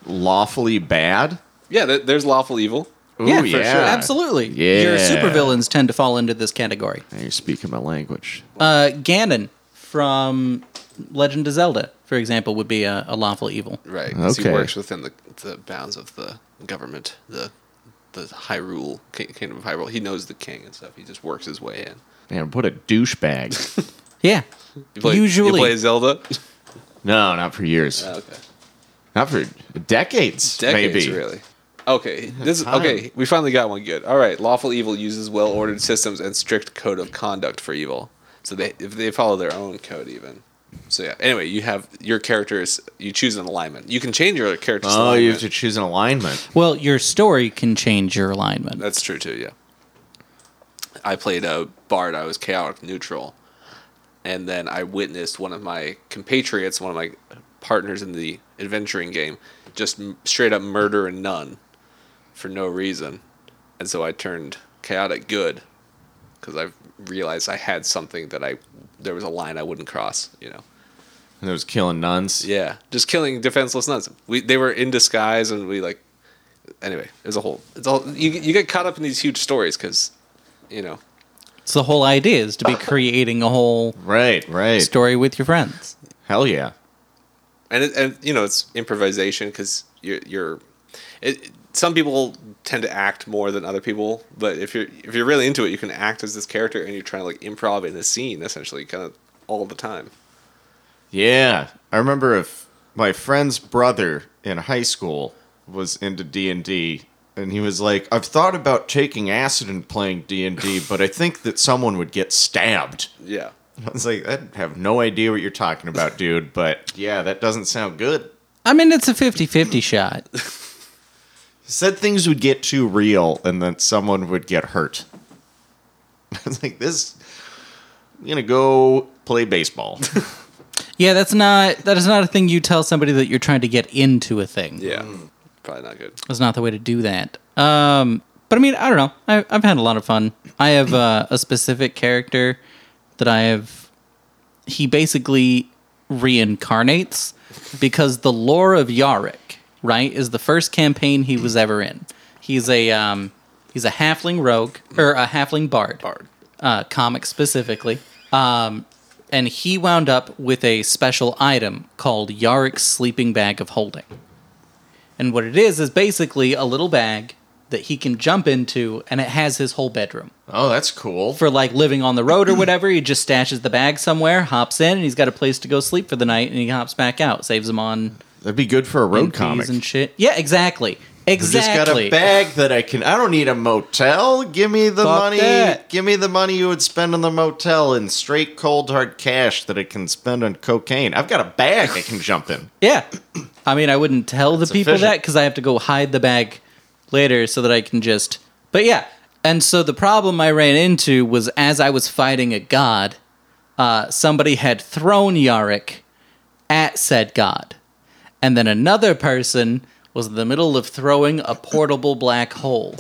lawfully bad? yeah th- there's lawful evil Ooh, for sure. absolutely. your Yeah. supervillains tend to fall into this category. Now you're speaking my language. Uh, Ganon from Legend of Zelda, for example, would be a, a lawful evil. Right. 'cause Okay. He works within the, the bounds of the government, the the Hyrule ki- kingdom of Hyrule. He knows the king and stuff. He just works his way in. Man, what (laughs) a douchebag. Yeah, You play, usually. you play (laughs) Zelda. no, not for years. okay. Not for decades, Decades, maybe. really. Okay, this is Time. okay. We finally got one good. All right, lawful evil uses well-ordered systems and strict code of conduct for evil. So they if they follow their own code even. So yeah. Anyway, you have your characters. You choose an alignment. You can change your character's Oh, alignment. you have to choose an alignment. well, your story can change your alignment. That's true too. Yeah. I played a bard. I was chaotic neutral, and then I witnessed one of my compatriots, one of my partners in the adventuring game, just m- straight up murder a nun for no reason, and so I turned chaotic good because I realized I had something that I there was a line I wouldn't cross. You know. And it was killing nuns. Yeah, just killing defenseless nuns. We they were in disguise, and we like. Anyway, it was a whole. It's all you. You get caught up in these huge stories because, you know, It's the whole idea is to be creating a whole Right, right. story with your friends. Hell yeah. and it, and you know it's improvisation because you're you're. It, some people tend to act more than other people, but if you're if you're really into it, you can act as this character, and you're trying to like improv in the scene essentially, kind of all the time. Yeah. I remember if my friend's brother in high school was into D&D and he was like, "I've thought about taking acid and playing (laughs) D&D, but I think that someone would get stabbed." (laughs) Yeah, I was like, "I have no idea what you're talking about, dude, but yeah, that doesn't sound good." I mean, it's a 50-50 shot. said things would get too real and that someone would get hurt. (laughs) I was like, this, I'm going to go play baseball. (laughs) Yeah, that's not that is not a thing you tell somebody that you're trying to get into a thing. Yeah, probably not good. That's not the way to do that. Um, but I mean, I don't know. I, I've had a lot of fun. I have uh, a specific character that I have. He basically reincarnates because the lore of Yarick, right, is the first campaign he was ever in. He's a um, he's a halfling rogue or a halfling bard, bard, uh, comic specifically. Um, and he wound up with a special item called Yarick's sleeping bag of holding. And what it is is basically a little bag that he can jump into and it has his whole bedroom. Oh, that's cool. For like living on the road or whatever, he just stashes the bag somewhere, hops in, and he's got a place to go sleep for the night and he hops back out, saves him on That'd be good for a road NPs comic. and shit. Yeah, exactly. Exactly. Just got a bag that I can. I don't need a motel. Give me the Fuck money. that. Give me the money you would spend on the motel in straight cold hard cash that I can spend on cocaine. I've got a bag I can jump in. Yeah. I mean, I wouldn't tell the people efficient. that because I have to go hide the bag later so that I can just. But yeah. And so the problem I ran into was as I was fighting a god, uh, somebody had thrown Yarick at said god. And then another person was in the middle of throwing a portable black hole.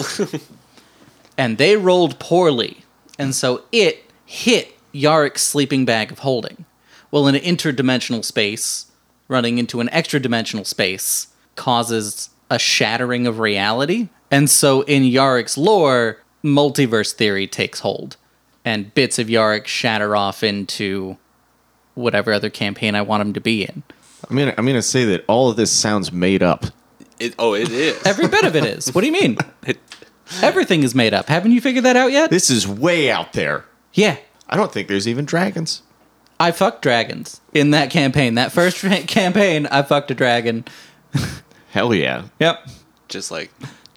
and they rolled poorly. And so it hit Yarick's sleeping bag of holding. Well, an interdimensional space running into an extra dimensional space causes a shattering of reality. And so in Yarick's lore, multiverse theory takes hold, and bits of Yarick shatter off into whatever other campaign I want him to be in. (laughs) I'm gonna. I'm gonna say that all of this sounds made up. It, oh, (laughs) it is. Every bit of it is. What do you mean? Everything is made up. Haven't you figured that out yet? This is way out there. Yeah. I don't think there's even dragons. I fucked dragons in that campaign. That first (laughs) campaign, I fucked a dragon. Hell yeah. Yep. Just like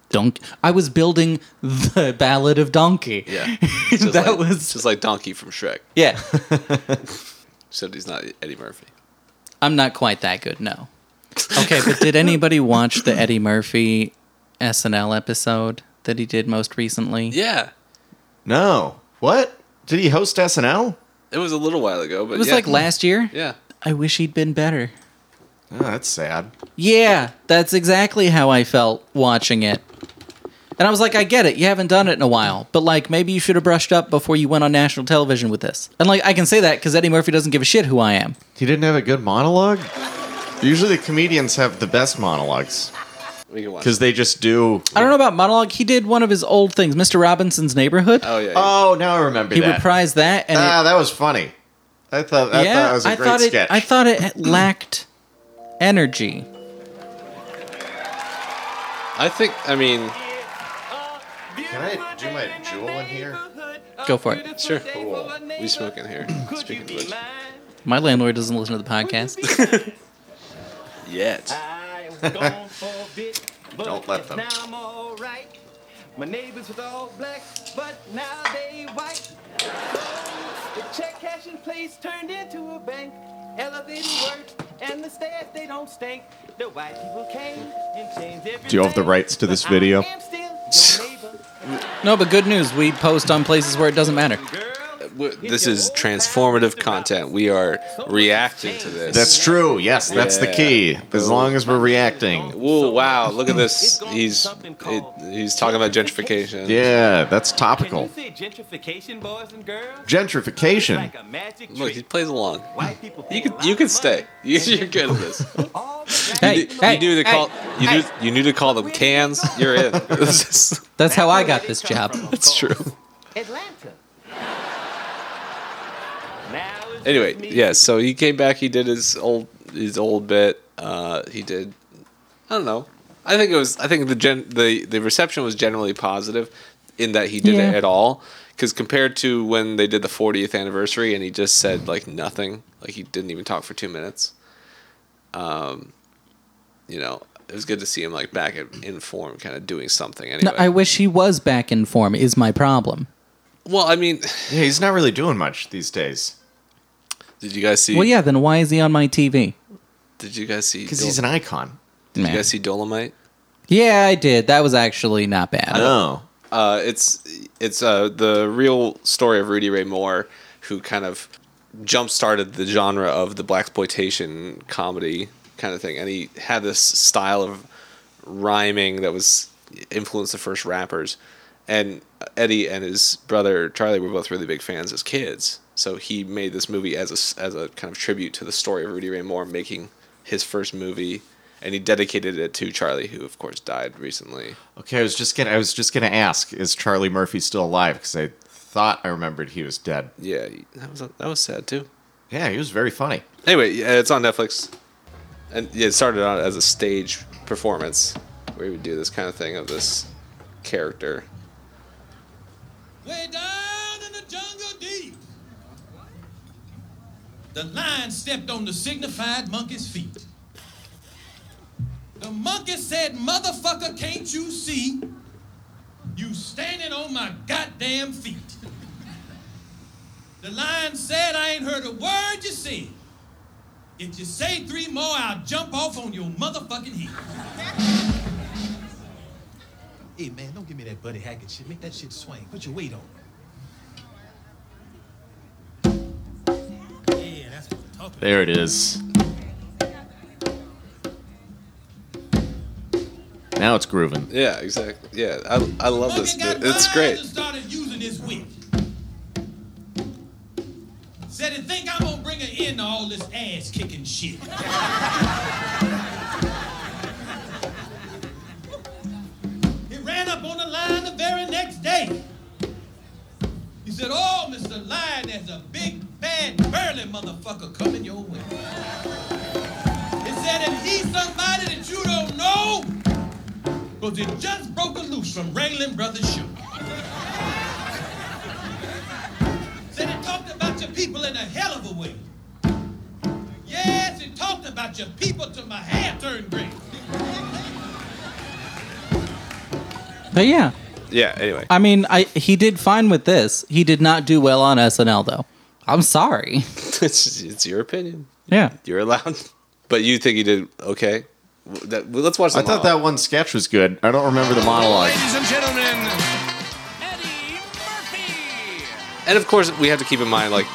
Donk. I was building the Ballad of Donkey. yeah, (laughs) That like, was- just like Donkey from Shrek. Yeah. Except he's not Eddie Murphy. I'm not quite that good, no. Okay, but did (laughs) anybody watch the Eddie Murphy SNL episode that he did most recently? Yeah, No. What? Did he host SNL? it was a little while ago, but It was yeah. like last year. Yeah, I wish he'd been better. Oh, that's sad. Yeah, that's exactly how I felt watching it. And I was like, I get it. You haven't done it in a while, but like maybe you should have brushed up before you went on national television with this. And like I can say that because Eddie Murphy doesn't give a shit who I am. He didn't have a good monologue. Usually, the comedians have the best monologues we can watch. because they just do. I don't know about monologue. He did one of his old things, Mr. Robinson's Neighborhood. Oh yeah, Oh, now I remember he that. reprised that, and it- ah, that was funny. I thought. I thought that was a great thought it, sketch. I thought it lacked energy. I think. I mean, Can I do my jewel in here? Go for it. sure. Cool. We smoke in here. Speaking of which, My landlord doesn't listen to the podcast. yet. (laughs) Don't let them. My neighbors was all black, but now they white. The check cashing place turned into a bank. Elevator worked, and the staff they don't stink. The white people came and changed everything. Do you have the rights to this video? I am still your neighbor. no, but good news. We post on places where it doesn't matter. W- This is transformative content. We are reacting to this. That's true. Yes, that's the Yeah. key. As long as we're reacting. Whoa! Wow! Look at this. He's it, he's talking about gentrification. Yeah, that's Can you topical. say gentrification, boys and girls? It's Gentrification. like a magic Look, he trick. plays along. White people You pay a could lot you of could money. stay. You, you're good at this. Hey, you, hey, you hey, knew to call you hey. knew you knew to call them cans. You're in. (laughs) This is- That's how I got this job. That's true. (laughs) Atlanta. Now it's Anyway, just me. yeah. So he came back. He did his old his old bit. Uh, he did. I don't know. I think it was. I think the gen the the reception was generally positive, in that he did Yeah. it at all. Because compared to when they did the 40th anniversary and he just said like nothing, like he didn't even talk for two minutes. Um, you know, it was good to see him like back in in form, kind of doing something. Anyway, No, I wish he was back in form. Is my problem. well, I mean, (sighs) Yeah, he's not really doing much these days did you guys see? Well, yeah. Then why is he on my TV? Did you guys see? because Dol- he's an icon. did Man. you guys see Dolomite? Yeah, I did. That was actually not bad. No. Uh, it's it's uh, the real story of Rudy Ray Moore, who kind of jump started the genre of the black exploitation comedy kind of thing, and he had this style of rhyming that was influenced the first rappers. And Eddie and his brother Charlie were both really big fans as kids, so he made this movie as a s- as a kind of tribute to the story of Rudy Ray Moore making his first movie, and he dedicated it to Charlie, who of course died recently. Okay, I was just gonna I was just gonna ask, is Charlie Murphy still alive? Because I thought I remembered he was dead. Yeah, that was that was sad too. Yeah, he was very funny. Anyway, yeah, it's on Netflix, and yeah, it started out as a stage performance where we would do this kind of thing of this character. Way down in the jungle deep. The lion stepped on the signified monkey's feet. The monkey said, Motherfucker, can't you see? You standing on my goddamn feet. The lion said, I ain't heard a word you said. If you say three more, I'll jump off on your motherfucking head. Hey man, don't give me that Buddy Hackett shit. Make that shit swing. Put your weight on. Yeah, that's what I'm talking There it is. Now it's grooving. Yeah, exactly. Yeah, I, I love this. mo- It's great. started using his wit. Said he think I'm gonna bring an end to all this ass kicking shit. he ran up on the line the very next day. He said, "Oh, Mr. Lion, there's a big, bad, burly motherfucker coming your way." He said, "If he's somebody that you don't know, 'cause he just broke loose from Wrangling Brothers Show." Said it talked about your people in a hell of a way. Yes, it talked about your people till my hair turned gray. But yeah, Yeah. Anyway, I mean, I he did fine with this. He did not do well on SNL though. I'm (laughs) sorry. (laughs) it's it's your opinion. Yeah. You're allowed, but you think you did okay. W- That, well, let's watch. I The thought monologue. that one sketch was good. I don't remember the monologue. Ladies and gentlemen, and of course we have to keep in mind like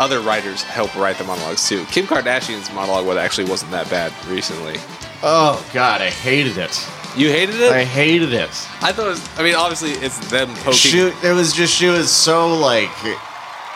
other writers help write the monologues too. Kim Kardashian's monologue was actually wasn't that bad recently. Oh god, I hated it. You hated it? I hated it. I thought. It was, I mean, obviously it's them poking. She it was just she was so like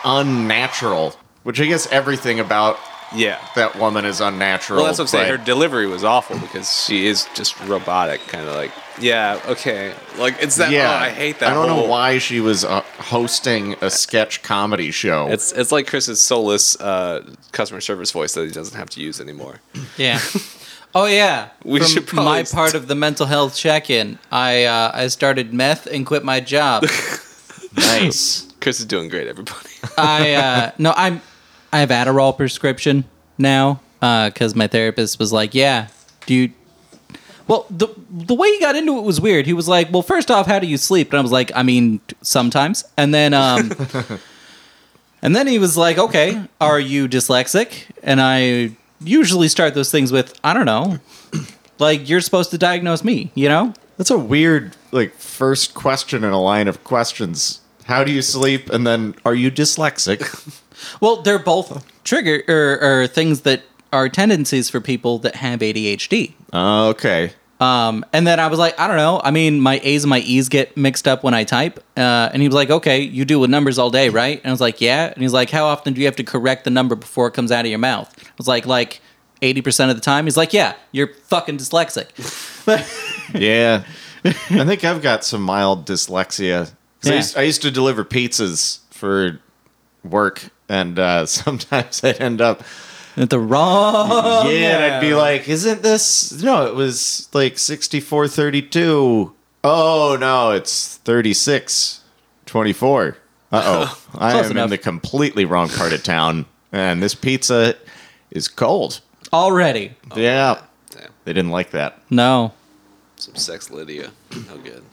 unnatural. Which I guess everything about yeah that woman is unnatural. Well, that's what I'm saying. but- Her delivery was awful because she is just robotic, kind of like, yeah, okay, like it's that. oh, I hate that. I don't know whole- why she was uh, hosting a sketch comedy show. It's it's like Chris's soulless uh, customer service voice that he doesn't have to use anymore. Yeah. Oh yeah. (laughs) We From should probably my part of the mental health check-in. I uh, I started meth and quit my (laughs) job. nice. Chris is doing great, everybody. (laughs) I uh, no, I'm I have Adderall prescription now because my therapist was like, "Yeah, do you?" Well, the the way he got into it was weird. He was like, "Well, first off, how do you sleep?" And I was like, "I mean, t- sometimes." And then um, and then he was like, "Okay, are you dyslexic?" And I usually start those things with, "I don't know." Like you're supposed to diagnose me, you know? That's a weird like first question in a line of questions. How do you sleep? And then are you dyslexic? Well, they're both trigger or, or things that are tendencies for people that have ADHD. Uh, okay. Um, and then I was like, I don't know. I mean, my A's and my E's get mixed up when I type. Uh, and he was like, okay, you deal with numbers all day, right? And I was like, yeah. And he's like, how often do you have to correct the number before it comes out of your mouth? I was like, like 80% of the time. He's like, yeah, you're fucking dyslexic. (laughs) yeah. I think I've got some mild dyslexia. 'Cause I, Yeah. used, I used to deliver pizzas for work, and uh, (laughs) sometimes I'd end up at the wrong. (laughs) Yeah, and I'd be like, "Isn't this? No, it was like sixty-four thirty-two. Oh no, it's thirty-six twenty-four. Uh oh, I (laughs) am Close in enough. the completely wrong part of town, and this pizza is cold already. Yeah, they didn't like that. (laughs) No. Some sex Lydia. No good.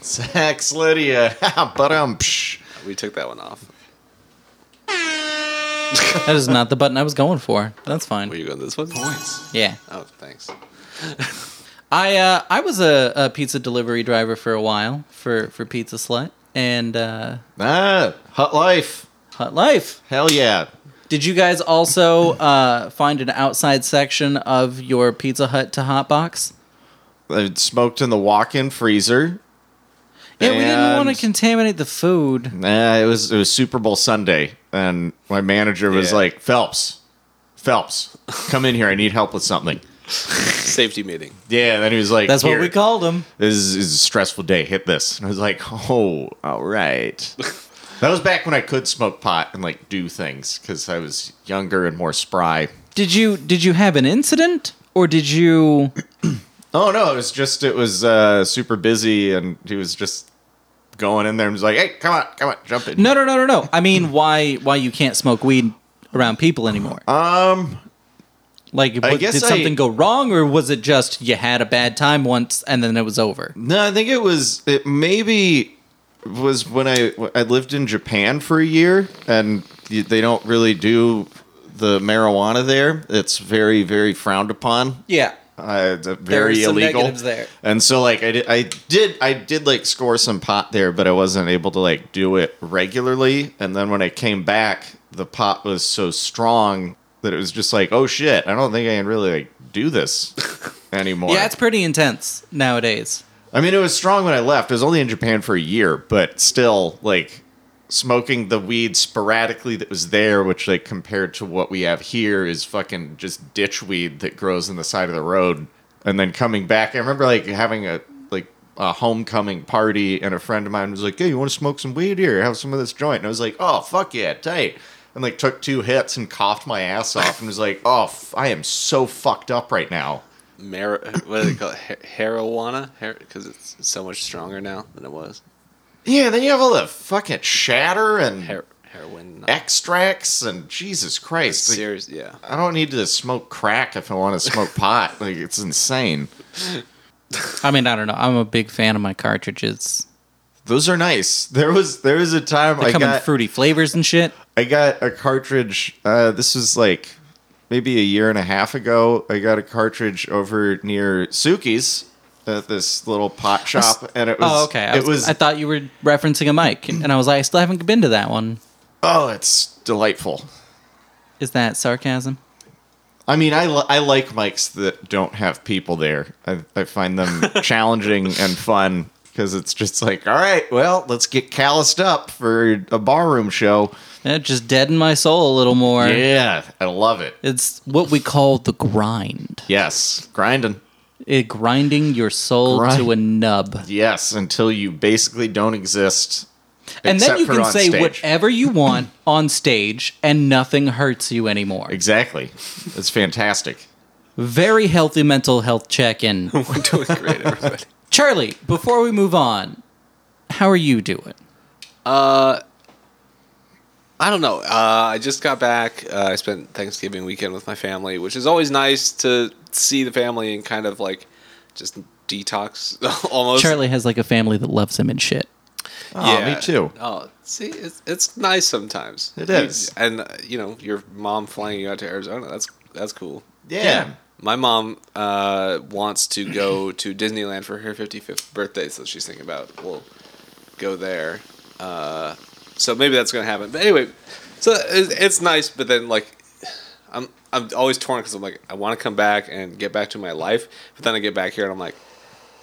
Sex Lydia, (laughs) but um, psh. we took that one off. that is not the button I was going for. That's fine. Were you going this one? Points. Yeah. Oh, thanks. I uh, I was a, a pizza delivery driver for a while for for Pizza Slut and uh, ah Hut Life. Hot life. Hell yeah. Did you guys also uh, find an outside section of your Pizza Hut to Hot Box? I smoked in the walk-in freezer. Yeah, we didn't want to contaminate the food. Nah, it was it was Super Bowl Sunday, and my manager was Yeah. like, "Phelps, Phelps, come in here. I need help with something." Safety meeting. Yeah, and then he was like, That's what we called him." This is, is a stressful day. Hit this." And I was like, "Oh, (laughs) all right." that was back when I could smoke pot and like do things because I was younger and more spry. Did you did you have an incident or did you? Oh no, it was just it was uh, super busy, and he was just going in there and was like, "Hey, come on, come on, jump in." No, no, no, no, no. I mean, why why you can't smoke weed around people anymore? Um, like, I what- guess did I- something go wrong, or was it just you had a bad time once and then it was over? No, I think it was it maybe was when I I lived in Japan for a year and y- they don't really do the marijuana there. It's very very frowned upon. Yeah. Uh, it's, uh, There very are some illegal. negatives there. And so like I did, I did I did like score some pot there, but I wasn't able to like do it regularly. And then when I came back, the pot was so strong that it was just like, oh shit, I don't think I can really like (laughs) do this anymore. Yeah, it's pretty intense nowadays. I mean, it was strong when I left. It was only in Japan for a year, but still, like smoking the weed sporadically that was there, which like compared to what we have here is fucking just ditch weed that grows on the side of the road. And then coming back, I remember like having a like a homecoming party, and a friend of mine was like, "Hey, you want to smoke some weed here? Have some of this joint." And I was like, "Oh fuck yeah, tight." And like took two hits and coughed my ass off, and was like, "Oh, f- I am so fucked up right now." Mar- what do they call it? Her- heroana? Because it's so much stronger now than it was. Yeah, then you have all the fucking shatter and heroin extracts and Jesus Christ. Like, serious, yeah. I don't need to smoke crack if I want (laughs) to smoke pot. Like it's insane. I mean, I don't know. I'm a big fan of my cartridges. Those are nice. There was there was a time They I come in got fruity flavors and shit. I got a cartridge. Uh, this was like maybe a year and a half ago. I got a cartridge over near Suki's at this little pot shop, and it was oh, okay. I It was I thought you were referencing a mic, and I was like, I still haven't been to that one. Oh, it's delightful. Is that sarcasm? I mean, I, li- I like mics that don't have people there. I, I find them (laughs) challenging and fun because it's just like, all right, well, let's get calloused up for a barroom show. It just deadened my soul a little more. Yeah, I love it. It's what we call the grind. Yes, grinding. It grinding your soul Grind- to a nub. Yes, until you basically don't exist. And then except you for can on say stage. whatever you (laughs) want on stage and nothing hurts you anymore. Exactly. It's fantastic. Very healthy mental health check (laughs) in. (laughs) We're doing great, everybody. Charlie, before we move on, how are you doing? Uh, (laughs) I don't know. Uh, I just got back. Uh, I spent Thanksgiving weekend with my family, which is always nice to see the family and kind of like just detox (laughs) almost. Charlie has like a family that loves him and shit. Oh, see, it's, it's nice sometimes. It You- is. and uh, you know, your mom flying you out to Arizona. That's that's cool. Yeah. Yeah. My mom uh, wants to go (clears throat) to Disneyland for her 55th birthday, so she's thinking about we'll go there. Uh, so maybe that's gonna happen. But anyway, so it's, it's nice, but then like. I'm, I'm always torn because I'm like I want to come back and get back to my life, but then I get back here and I'm like,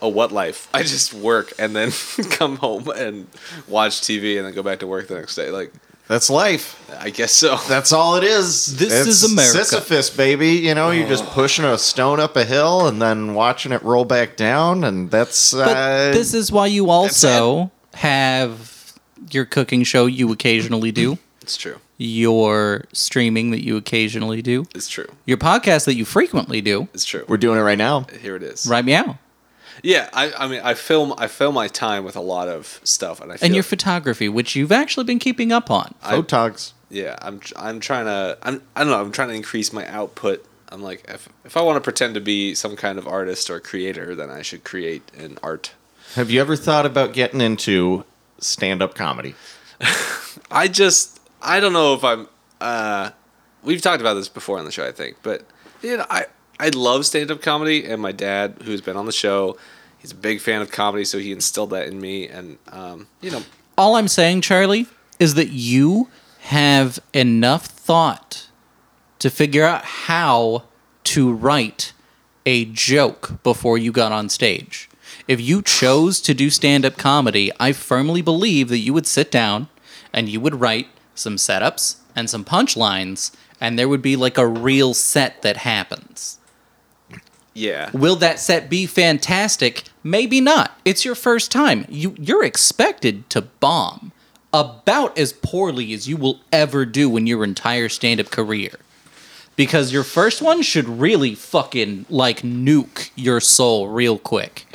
oh what life (laughs) i just work and then (laughs) come home and watch tv and then go back to work the next day like That's life. i guess so (laughs) That's all it is. This It's is America. Sisyphus, baby. You know, you're just pushing a stone up a hill and then watching it roll back down, and that's. But uh, this is why you also have your cooking show you occasionally do. It's true. Your streaming that you occasionally do. It's true. Your podcast that you frequently do. It's true. We're doing it right now. here it is Right meow. yeah i, I mean i film i fill my time with a lot of stuff and i feel, And your photography, which you've actually been keeping up on. I- Photogs. yeah i'm tr- i'm trying to i'm i don't know i'm trying to increase my output i'm like if, if i want to pretend to be some kind of artist or creator then i should create an art Have you ever thought about getting into stand up comedy? I just I don't know if I'm uh we've talked about this before on the show I think, but you know I I love stand up comedy and my dad who's been on the show, he's a big fan of comedy so he instilled that in me and um you know All I'm saying, Charlie, is that you have enough thought to figure out how to write a joke before you got on stage. If you chose to do stand up comedy, I firmly believe that you would sit down and you would write some setups and some punchlines, and there would be like a real set that happens. Yeah. Will that set be fantastic? Maybe not. It's your first time. You you're expected to bomb about as poorly as you will ever do in your entire stand-up career. Because your first one should really fucking like nuke your soul real quick.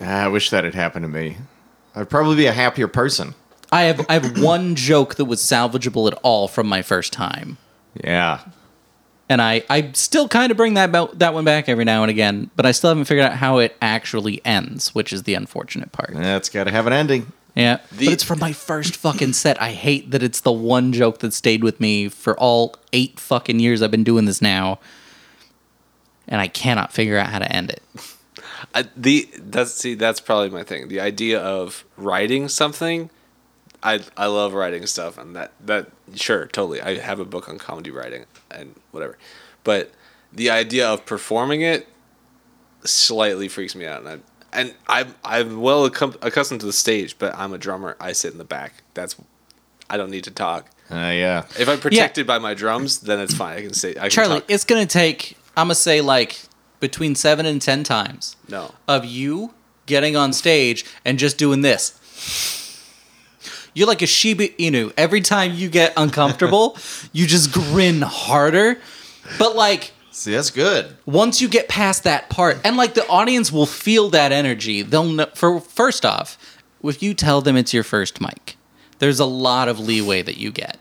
Ah, I wish that had happened to me. I'd probably be a happier person. I have I have one joke that was salvageable at all from my first time. Yeah. and I, I still kind of bring that bo- that one back every now and again, but I still haven't figured out how it actually ends, which is the unfortunate part. That's got to have an ending. Yeah, but it's from my first fucking set. I hate that it's the one joke that stayed with me for all eight fucking years I've been doing this now, and I cannot figure out how to end it. I, the that's see that's probably my thing. The idea of writing something, I I love writing stuff, and that that sure totally. I have a book on comedy writing and whatever, but the idea of performing it slightly freaks me out, and I. And I'm I'm well accum- accustomed to the stage, but I'm a drummer. I sit in the back. That's I don't need to talk. Uh, yeah. If I'm protected by my drums, then it's fine. I can say I can Charlie, talk. it's gonna take I'm gonna say like between seven and ten times No. of you getting on stage and just doing this. You're like a Shiba Inu. Every time you get uncomfortable, you just grin harder. But like See, that's good. once you get past that part, and like the audience will feel that energy. They'll know for first off, if you tell them it's your first mic, there's a lot of leeway that you get.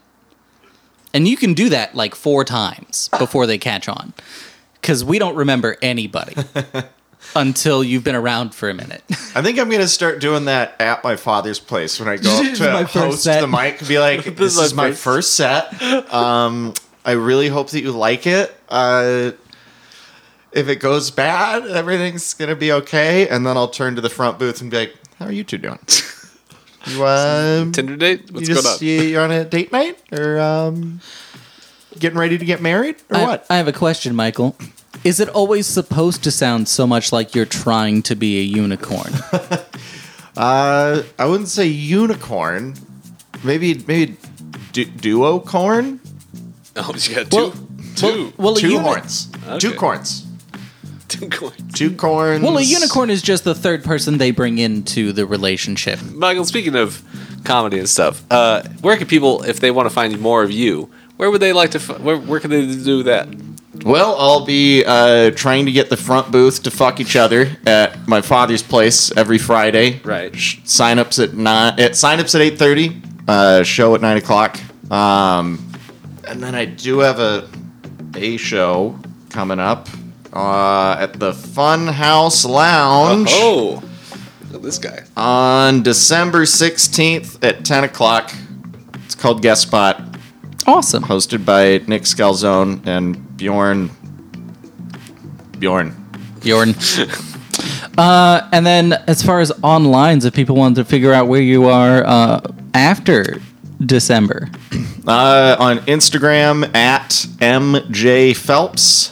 And you can do that like four times before they catch on. Cause we don't remember anybody until you've been around for a minute. I think I'm gonna start doing that at my father's place when I go up This is my to first host set. the mic. Be like, this, is my first set. Um, I really hope that you like it. Uh, if it goes bad, everything's gonna be okay. And then I'll turn to the front booth and be like, "How are you two doing? You um, Tinder date? What's you going just- on? You, you're on a date night, or um, getting ready to get married, or I, what?" I have a question, Michael. Is it always supposed to sound so much like you're trying to be a unicorn? Uh, I wouldn't say unicorn. Maybe maybe du- duo corn. (laughs) Oh, you got two, two, well, a two uni- horns, two Okay. corns, two (laughs) corns, two corns. Well, a unicorn is just the third person they bring into the relationship. Michael, speaking of comedy and stuff, uh, where can people, if they want to find more of you, where would they like to? F- where, where can they do that? Well, I'll be uh, trying to get the front booth to fuck each other at my father's place every Friday. Right. Sh- Signups at nine. At signups at eight thirty. Uh, show at nine o'clock. Um, and then I do have a a show coming up uh, at the Fun House Lounge. Oh, look at this guy. on December 16th at 10 o'clock. It's called Guest Spot. Awesome. Hosted by Nick Scalzone and Bjorn. Bjorn. Bjorn. Uh, and then, as far as onlines, if people want to figure out where you are uh, after December, Uh, on Instagram at MJ Phelps.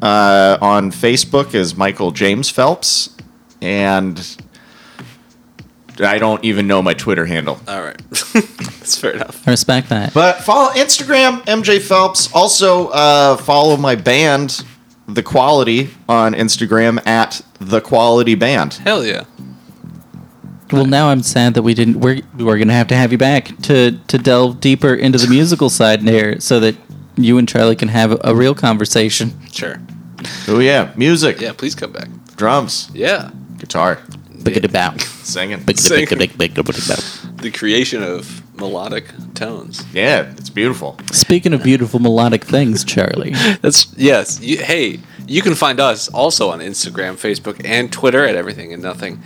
Uh, on Facebook is Michael James Phelps. And I don't even know my Twitter handle. All (laughs) right, that's fair enough. I respect that. But follow Instagram MJ Phelps. Also uh, follow my band, The Quality, on Instagram at The Quality Band. Hell yeah. Well, now I'm sad that we didn't. We're we're gonna have to have you back to to delve deeper into the musical side here, so that you and Charlie can have a real conversation. Sure. Oh yeah, music, Yeah, please come back. drums, Yeah, guitar, Biggity bow. (laughs) singing. Singing. Biggity the creation of melodic tones. Yeah, it's beautiful. Speaking of beautiful melodic things, Charlie. (laughs) That's yes. You, hey, you can find us also on Instagram, Facebook, and Twitter at Everything and Nothing.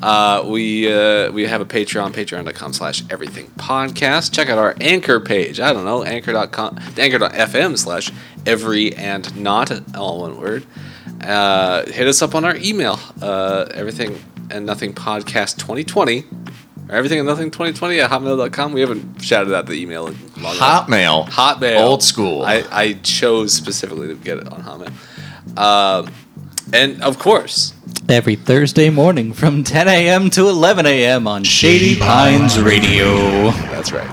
Uh, we uh, we have a Patreon, patreon.com slash everything podcast. Check out our anchor page. I don't know, anchor.com anchor.fm slash every and not all one word. Uh, hit us up on our email, uh, everything and nothing podcast 2020 Everything and nothing 2020 at hotmail.com. We haven't shouted out the email in a long time. Hotmail. Hotmail. Old school. I, I chose specifically to get it on Hotmail. Um, and of course, Every Thursday morning from 10 a.m. to 11 a.m. on Shady Pines Radio. That's right.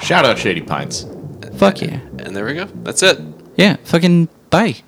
Shout out Shady Pines. Fuck yeah. And there we go. That's it. Yeah, fucking bye.